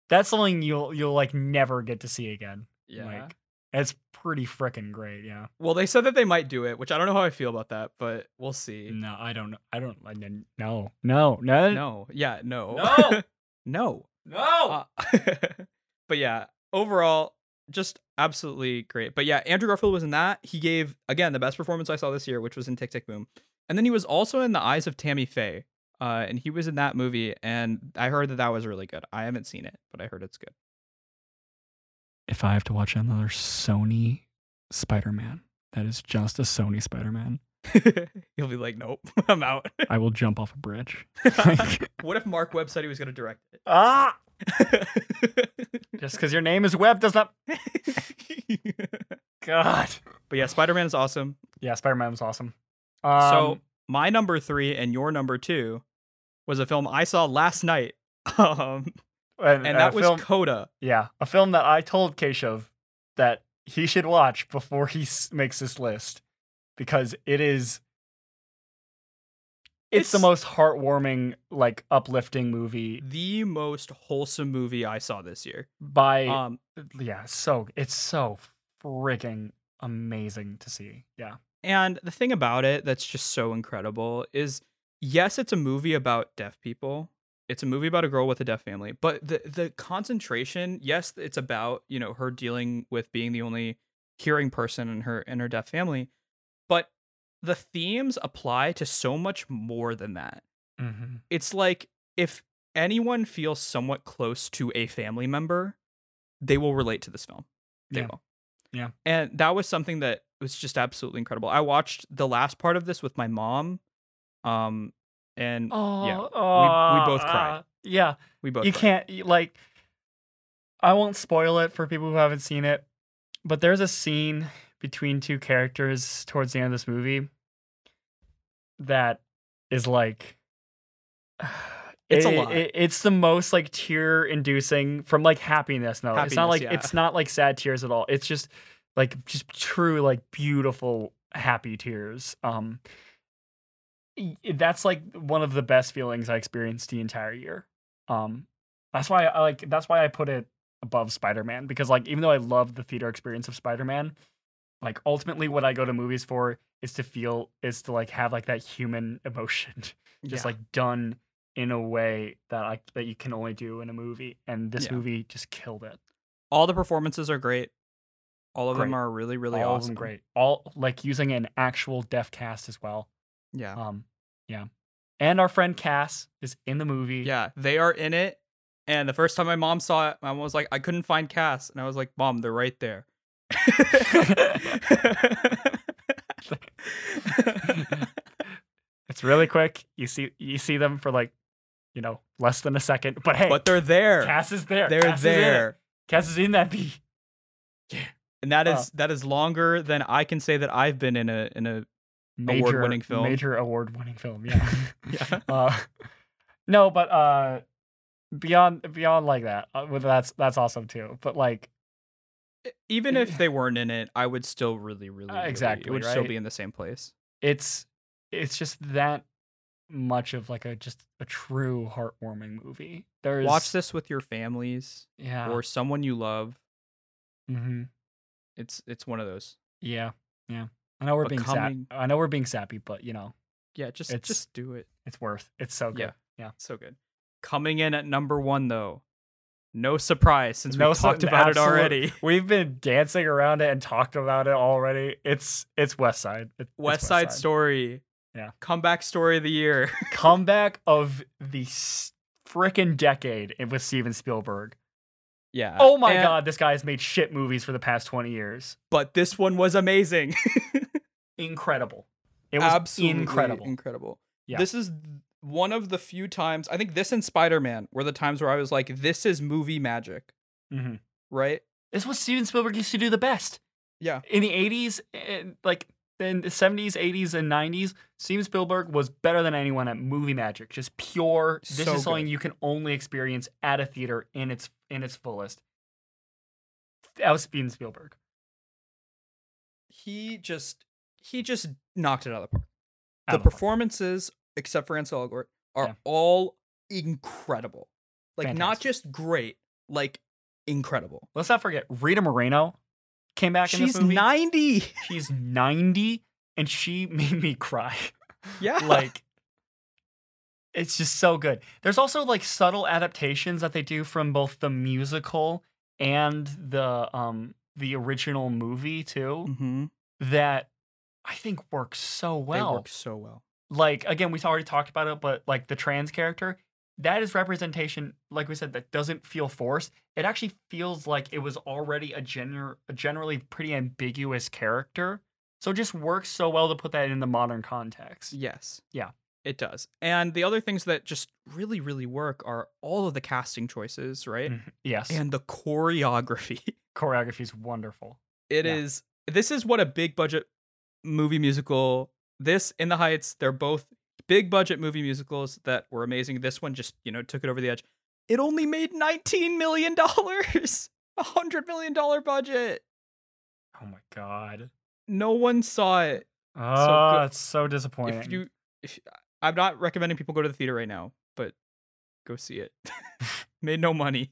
Speaker 1: that's something you'll you'll like never get to see again.
Speaker 2: Yeah.
Speaker 1: Like it's pretty freaking great. Yeah.
Speaker 2: well, they said that they might do it, which I don't know how I feel about that, but we'll see.
Speaker 1: No, I don't. know. I don't. I didn't- No. No. No.
Speaker 2: No, yeah, no,
Speaker 1: No!
Speaker 2: no.
Speaker 1: No.
Speaker 2: Uh, but yeah, overall, just absolutely great. But yeah, Andrew Garfield was in that. He gave again the best performance I saw this year, which was in Tick Tick Boom, and then he was also in The Eyes of Tammy Faye, uh, and he was in that movie. And I heard that that was really good. I haven't seen it, but I heard it's good.
Speaker 1: If I have to watch another Sony Spider-Man, that is just a Sony Spider-Man,
Speaker 2: He'll be like, nope, I'm out.
Speaker 1: I will jump off a bridge.
Speaker 2: what if Mark Webb said he was going to direct it?
Speaker 1: ah! Just because your name is Webb does not. God.
Speaker 2: but yeah, Spider Man is awesome.
Speaker 1: Yeah, Spider-Man was awesome. Um,
Speaker 2: so my number three and your number two was a film I saw last night, um,
Speaker 1: and,
Speaker 2: and
Speaker 1: a
Speaker 2: that was
Speaker 1: film-
Speaker 2: Coda.
Speaker 1: yeah, a film that I told Keshav that he should watch before he s- makes this list because it is it's the
Speaker 2: It's-
Speaker 1: most heartwarming, like uplifting movie
Speaker 2: The most wholesome movie I saw this year.
Speaker 1: by
Speaker 2: Um,
Speaker 1: yeah so it's so freaking amazing to see yeah
Speaker 2: and the thing about it that's just so incredible is, yes, it's a movie about deaf people. It's a movie about a girl with a deaf family, but the the concentration, yes, it's about you know her dealing with being the only hearing person in her in her deaf family, but the themes apply to so much more than that.
Speaker 1: mm-hmm.
Speaker 2: it's like if anyone feels somewhat close to a family member, they will relate to this film. They
Speaker 1: Yeah.
Speaker 2: will.
Speaker 1: Yeah.
Speaker 2: And that was something that was just absolutely incredible. I watched the last part of this with my mom. Um and
Speaker 1: oh
Speaker 2: Yeah, we-
Speaker 1: oh,
Speaker 2: both cried.
Speaker 1: ah, yeah
Speaker 2: we both
Speaker 1: you
Speaker 2: cried.
Speaker 1: can't you- like i won't spoil it for people who haven't seen it but there's a scene between two characters towards the end of this movie that is like
Speaker 2: It's a
Speaker 1: it-
Speaker 2: lot.
Speaker 1: it- it's the most like tear inducing from like happiness no it's not
Speaker 2: Happiness,
Speaker 1: like
Speaker 2: yeah.
Speaker 1: it's not like sad tears at all it's just like just true like beautiful happy tears um y- that's like one of the best feelings i experienced the entire year um that's why i like that's why i put it above spider-man because like even though i love the theater experience of spider-man like ultimately what i go to movies for is to feel is to like have like that human emotion just
Speaker 2: Yeah.
Speaker 1: like done in a way that i that you can only do in a movie and this
Speaker 2: Yeah.
Speaker 1: movie just killed it
Speaker 2: all the performances are great. All of them
Speaker 1: Great.
Speaker 2: are really, really
Speaker 1: all of
Speaker 2: awesome.
Speaker 1: them great all like using an actual deaf cast as well
Speaker 2: Yeah.
Speaker 1: um yeah and our friend cass is in the movie
Speaker 2: Yeah. They are in it. And the first time my mom saw it, my mom was like, I couldn't find Cass. And I was like, Mom, they're right there.
Speaker 1: it's really quick you see you see them for like you know less than a second but hey
Speaker 2: but they're there.
Speaker 1: cass is there
Speaker 2: they're
Speaker 1: Cass is in it.
Speaker 2: there.
Speaker 1: cass is in that bee
Speaker 2: and that is
Speaker 1: Oh.
Speaker 2: that is longer than I can say that I've been in a in a
Speaker 1: major
Speaker 2: Award-winning film.
Speaker 1: Major award winning film, yeah.
Speaker 2: yeah.
Speaker 1: uh, no, but uh, beyond beyond like that. uh, well, that's that's awesome too. But like,
Speaker 2: Even if they weren't in it, I would still really, really, really-
Speaker 1: Uh, exactly,
Speaker 2: It would still
Speaker 1: right?
Speaker 2: be in the same place.
Speaker 1: it's it's just that much of like a just a true heartwarming movie. There's
Speaker 2: Watch this with your families
Speaker 1: yeah,
Speaker 2: or someone you love.
Speaker 1: hmm
Speaker 2: It's it's one of those.
Speaker 1: yeah, yeah. I know we're being sappy.
Speaker 2: Becoming-
Speaker 1: I know we're being sappy, but you know
Speaker 2: Yeah, just
Speaker 1: It's-
Speaker 2: just do it.
Speaker 1: it's worth. It's so good.
Speaker 2: Yeah.
Speaker 1: yeah.
Speaker 2: So good. Coming in at number one though. No surprise since
Speaker 1: No
Speaker 2: we've
Speaker 1: su-
Speaker 2: talked about it
Speaker 1: absolute-
Speaker 2: already.
Speaker 1: We've been dancing around it and talked about it already. It's it's West Side. It- it's
Speaker 2: West Side Story.
Speaker 1: Yeah.
Speaker 2: Comeback story of the year.
Speaker 1: comeback of the s- frickin' decade and with Steven Spielberg.
Speaker 2: yeah.
Speaker 1: Oh my
Speaker 2: And-
Speaker 1: god, this guy has made shit movies for the past 20 years.
Speaker 2: But this one was amazing.
Speaker 1: Incredible. It was
Speaker 2: Absolutely
Speaker 1: incredible.
Speaker 2: Incredible.
Speaker 1: Yeah.
Speaker 2: This is th- one of the few times I think this and Spider Man were the times where I was like, this is movie magic,
Speaker 1: Mhm.
Speaker 2: right?
Speaker 1: It's what Steven Spielberg used to do the best.
Speaker 2: Yeah.
Speaker 1: In the 80s, and like in the 70s, 80s, and 90s, Steven Spielberg was better than anyone at movie magic. Just pure. This
Speaker 2: So
Speaker 1: is something
Speaker 2: good.
Speaker 1: you can only experience at a theater in its in its fullest. That was Steven Spielberg.
Speaker 2: He just he just knocked it out of the park.
Speaker 1: Out
Speaker 2: the
Speaker 1: of the park.
Speaker 2: performances, except for Ansel Elgort, are
Speaker 1: Yeah.
Speaker 2: all incredible. Like not
Speaker 1: Fantastic.
Speaker 2: just great, like incredible.
Speaker 1: Let's not forget Rita Moreno came back in
Speaker 2: She's
Speaker 1: this movie.
Speaker 2: ninety.
Speaker 1: She's 90 and she made me cry.
Speaker 2: Yeah.
Speaker 1: like it's just so good. There's also like subtle adaptations that they do from both the musical and the um the original movie too
Speaker 2: mm-hmm.
Speaker 1: that I think works so well
Speaker 2: they work so well.
Speaker 1: like again we already talked about it but like the trans character that is representation like we said that doesn't feel forced it actually feels like it was already a, gener- a generally pretty ambiguous character so it just works so well to put that in the modern context
Speaker 2: Yes.
Speaker 1: Yeah.
Speaker 2: It does. And the other things that just really, really work are all of the casting choices, right?
Speaker 1: Mhm. yes
Speaker 2: And the choreography.
Speaker 1: choreography is wonderful
Speaker 2: It
Speaker 1: Yeah.
Speaker 2: is. this is what a big budget movie musical this in the heights they're both big budget movie musicals that were amazing this one just you know took it over the edge it only made 19 million dollars a hundred million dollar budget
Speaker 1: oh my god
Speaker 2: no one saw it
Speaker 1: oh
Speaker 2: good.
Speaker 1: it's so disappointing
Speaker 2: if you if i'm not recommending people go to the theater right now but go see it made no money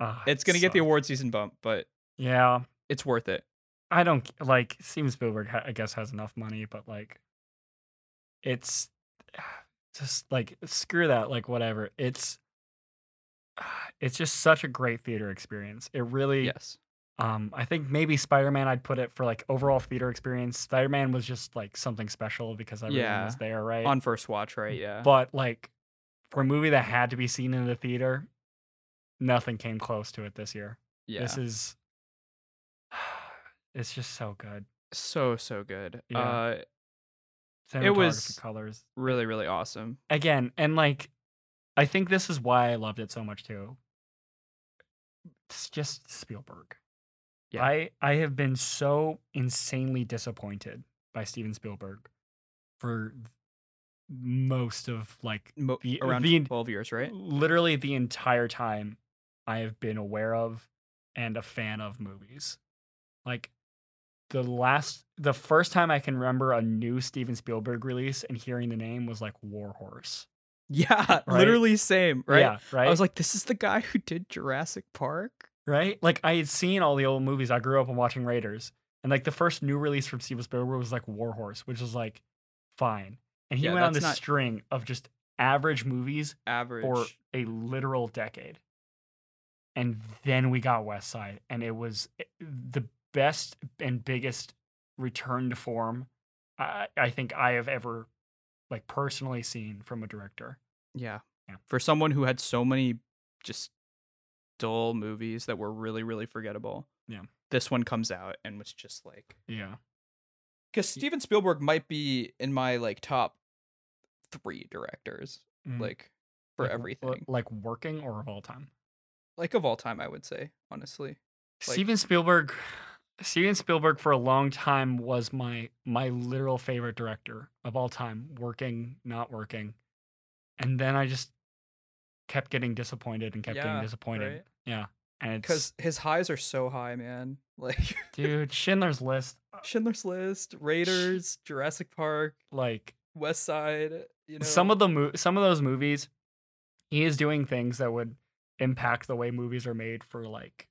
Speaker 1: Ah,
Speaker 2: it's
Speaker 1: it
Speaker 2: gonna get the
Speaker 1: sucked.
Speaker 2: award season bump but
Speaker 1: yeah
Speaker 2: it's worth it
Speaker 1: I don't like Steven Spielberg. ha- I guess has enough money, but like, it's ah, just like screw that. Like whatever. It's ah, it's just such a great theater experience. It really.
Speaker 2: yes
Speaker 1: Um, I think maybe Spider Man. I'd put it for like overall theater experience. Spider Man was just like something special because everyone
Speaker 2: Yeah.
Speaker 1: was there, right?
Speaker 2: on first watch right yeah
Speaker 1: but like, for a movie that had to be seen in the theater, nothing came close to it this year.
Speaker 2: yeah
Speaker 1: This is. It's just so good.
Speaker 2: so so good
Speaker 1: Yeah.
Speaker 2: uh
Speaker 1: cinematography
Speaker 2: It was-
Speaker 1: colors
Speaker 2: really really awesome
Speaker 1: again and like i think this is why i loved it so much too it's just spielberg
Speaker 2: Yeah.
Speaker 1: i i have been so insanely disappointed by steven spielberg for th- most of like
Speaker 2: Mo-
Speaker 1: The-
Speaker 2: around
Speaker 1: the-
Speaker 2: 12 years right
Speaker 1: literally the entire time i have been aware of and a fan of movies like the last the first time i can remember a new steven spielberg release and hearing the name was like war horse
Speaker 2: yeah
Speaker 1: Right?
Speaker 2: literally same right
Speaker 1: Yeah, right.
Speaker 2: i was like this is the guy who did jurassic park
Speaker 1: right? Like I had seen all the old movies. I grew up on watching Raiders, and like the first new release from Steven Spielberg was like Warhorse, which was like fine. And he
Speaker 2: Yeah,
Speaker 1: went on
Speaker 2: that's
Speaker 1: this
Speaker 2: not-
Speaker 1: string of just average movies
Speaker 2: average
Speaker 1: for a literal decade. And then we got West Side, and it was eh, the best and biggest return to form I, I think I have ever like personally seen from a director.
Speaker 2: yeah.
Speaker 1: Yeah.
Speaker 2: for someone who had so many just dull movies that were really really forgettable
Speaker 1: Yeah.
Speaker 2: this one comes out and was just like
Speaker 1: Yeah.
Speaker 2: because steven spielberg might be in my like top three directors
Speaker 1: Mm.
Speaker 2: like for
Speaker 1: Like, w-
Speaker 2: everything
Speaker 1: w- Like working or of all time.
Speaker 2: like of all time i would say honestly Like-
Speaker 1: Steven Spielberg Steven Spielberg for a long time was my my literal favorite director of all time, working, not working. And then I just kept getting disappointed and kept getting
Speaker 2: Yeah,
Speaker 1: disappointed.
Speaker 2: right?
Speaker 1: Yeah. And it's
Speaker 2: Because his highs are so high, man. Like
Speaker 1: dude, Schindler's List,
Speaker 2: Schindler's List, Raiders, Jurassic Park,
Speaker 1: like
Speaker 2: West Side. You know,
Speaker 1: some of the mo- some of those movies, he is doing things that would impact the way movies are made for like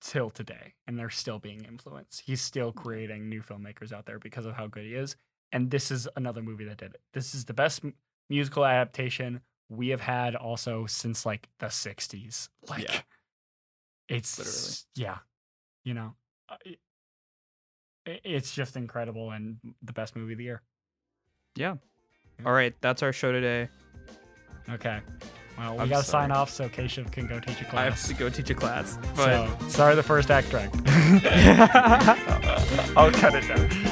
Speaker 1: till today, and they're still being influenced. He's still
Speaker 2: Mm-hmm.
Speaker 1: creating new filmmakers out there because of how good he is. And this is another movie that did it. This is the best m- musical adaptation we have had also since like the '60s. Like,
Speaker 2: Yeah.
Speaker 1: it's yeah, you know, uh, it, it- it's just incredible and the best movie of the year.
Speaker 2: yeah. All right, that's our show today.
Speaker 1: Okay. Well, we
Speaker 2: I'm
Speaker 1: gotta
Speaker 2: sorry.
Speaker 1: sign off so Keshav can go teach a
Speaker 2: I have
Speaker 1: class.
Speaker 2: to go teach a class, but.
Speaker 1: so sorry, the first act drag. I'll cut it down.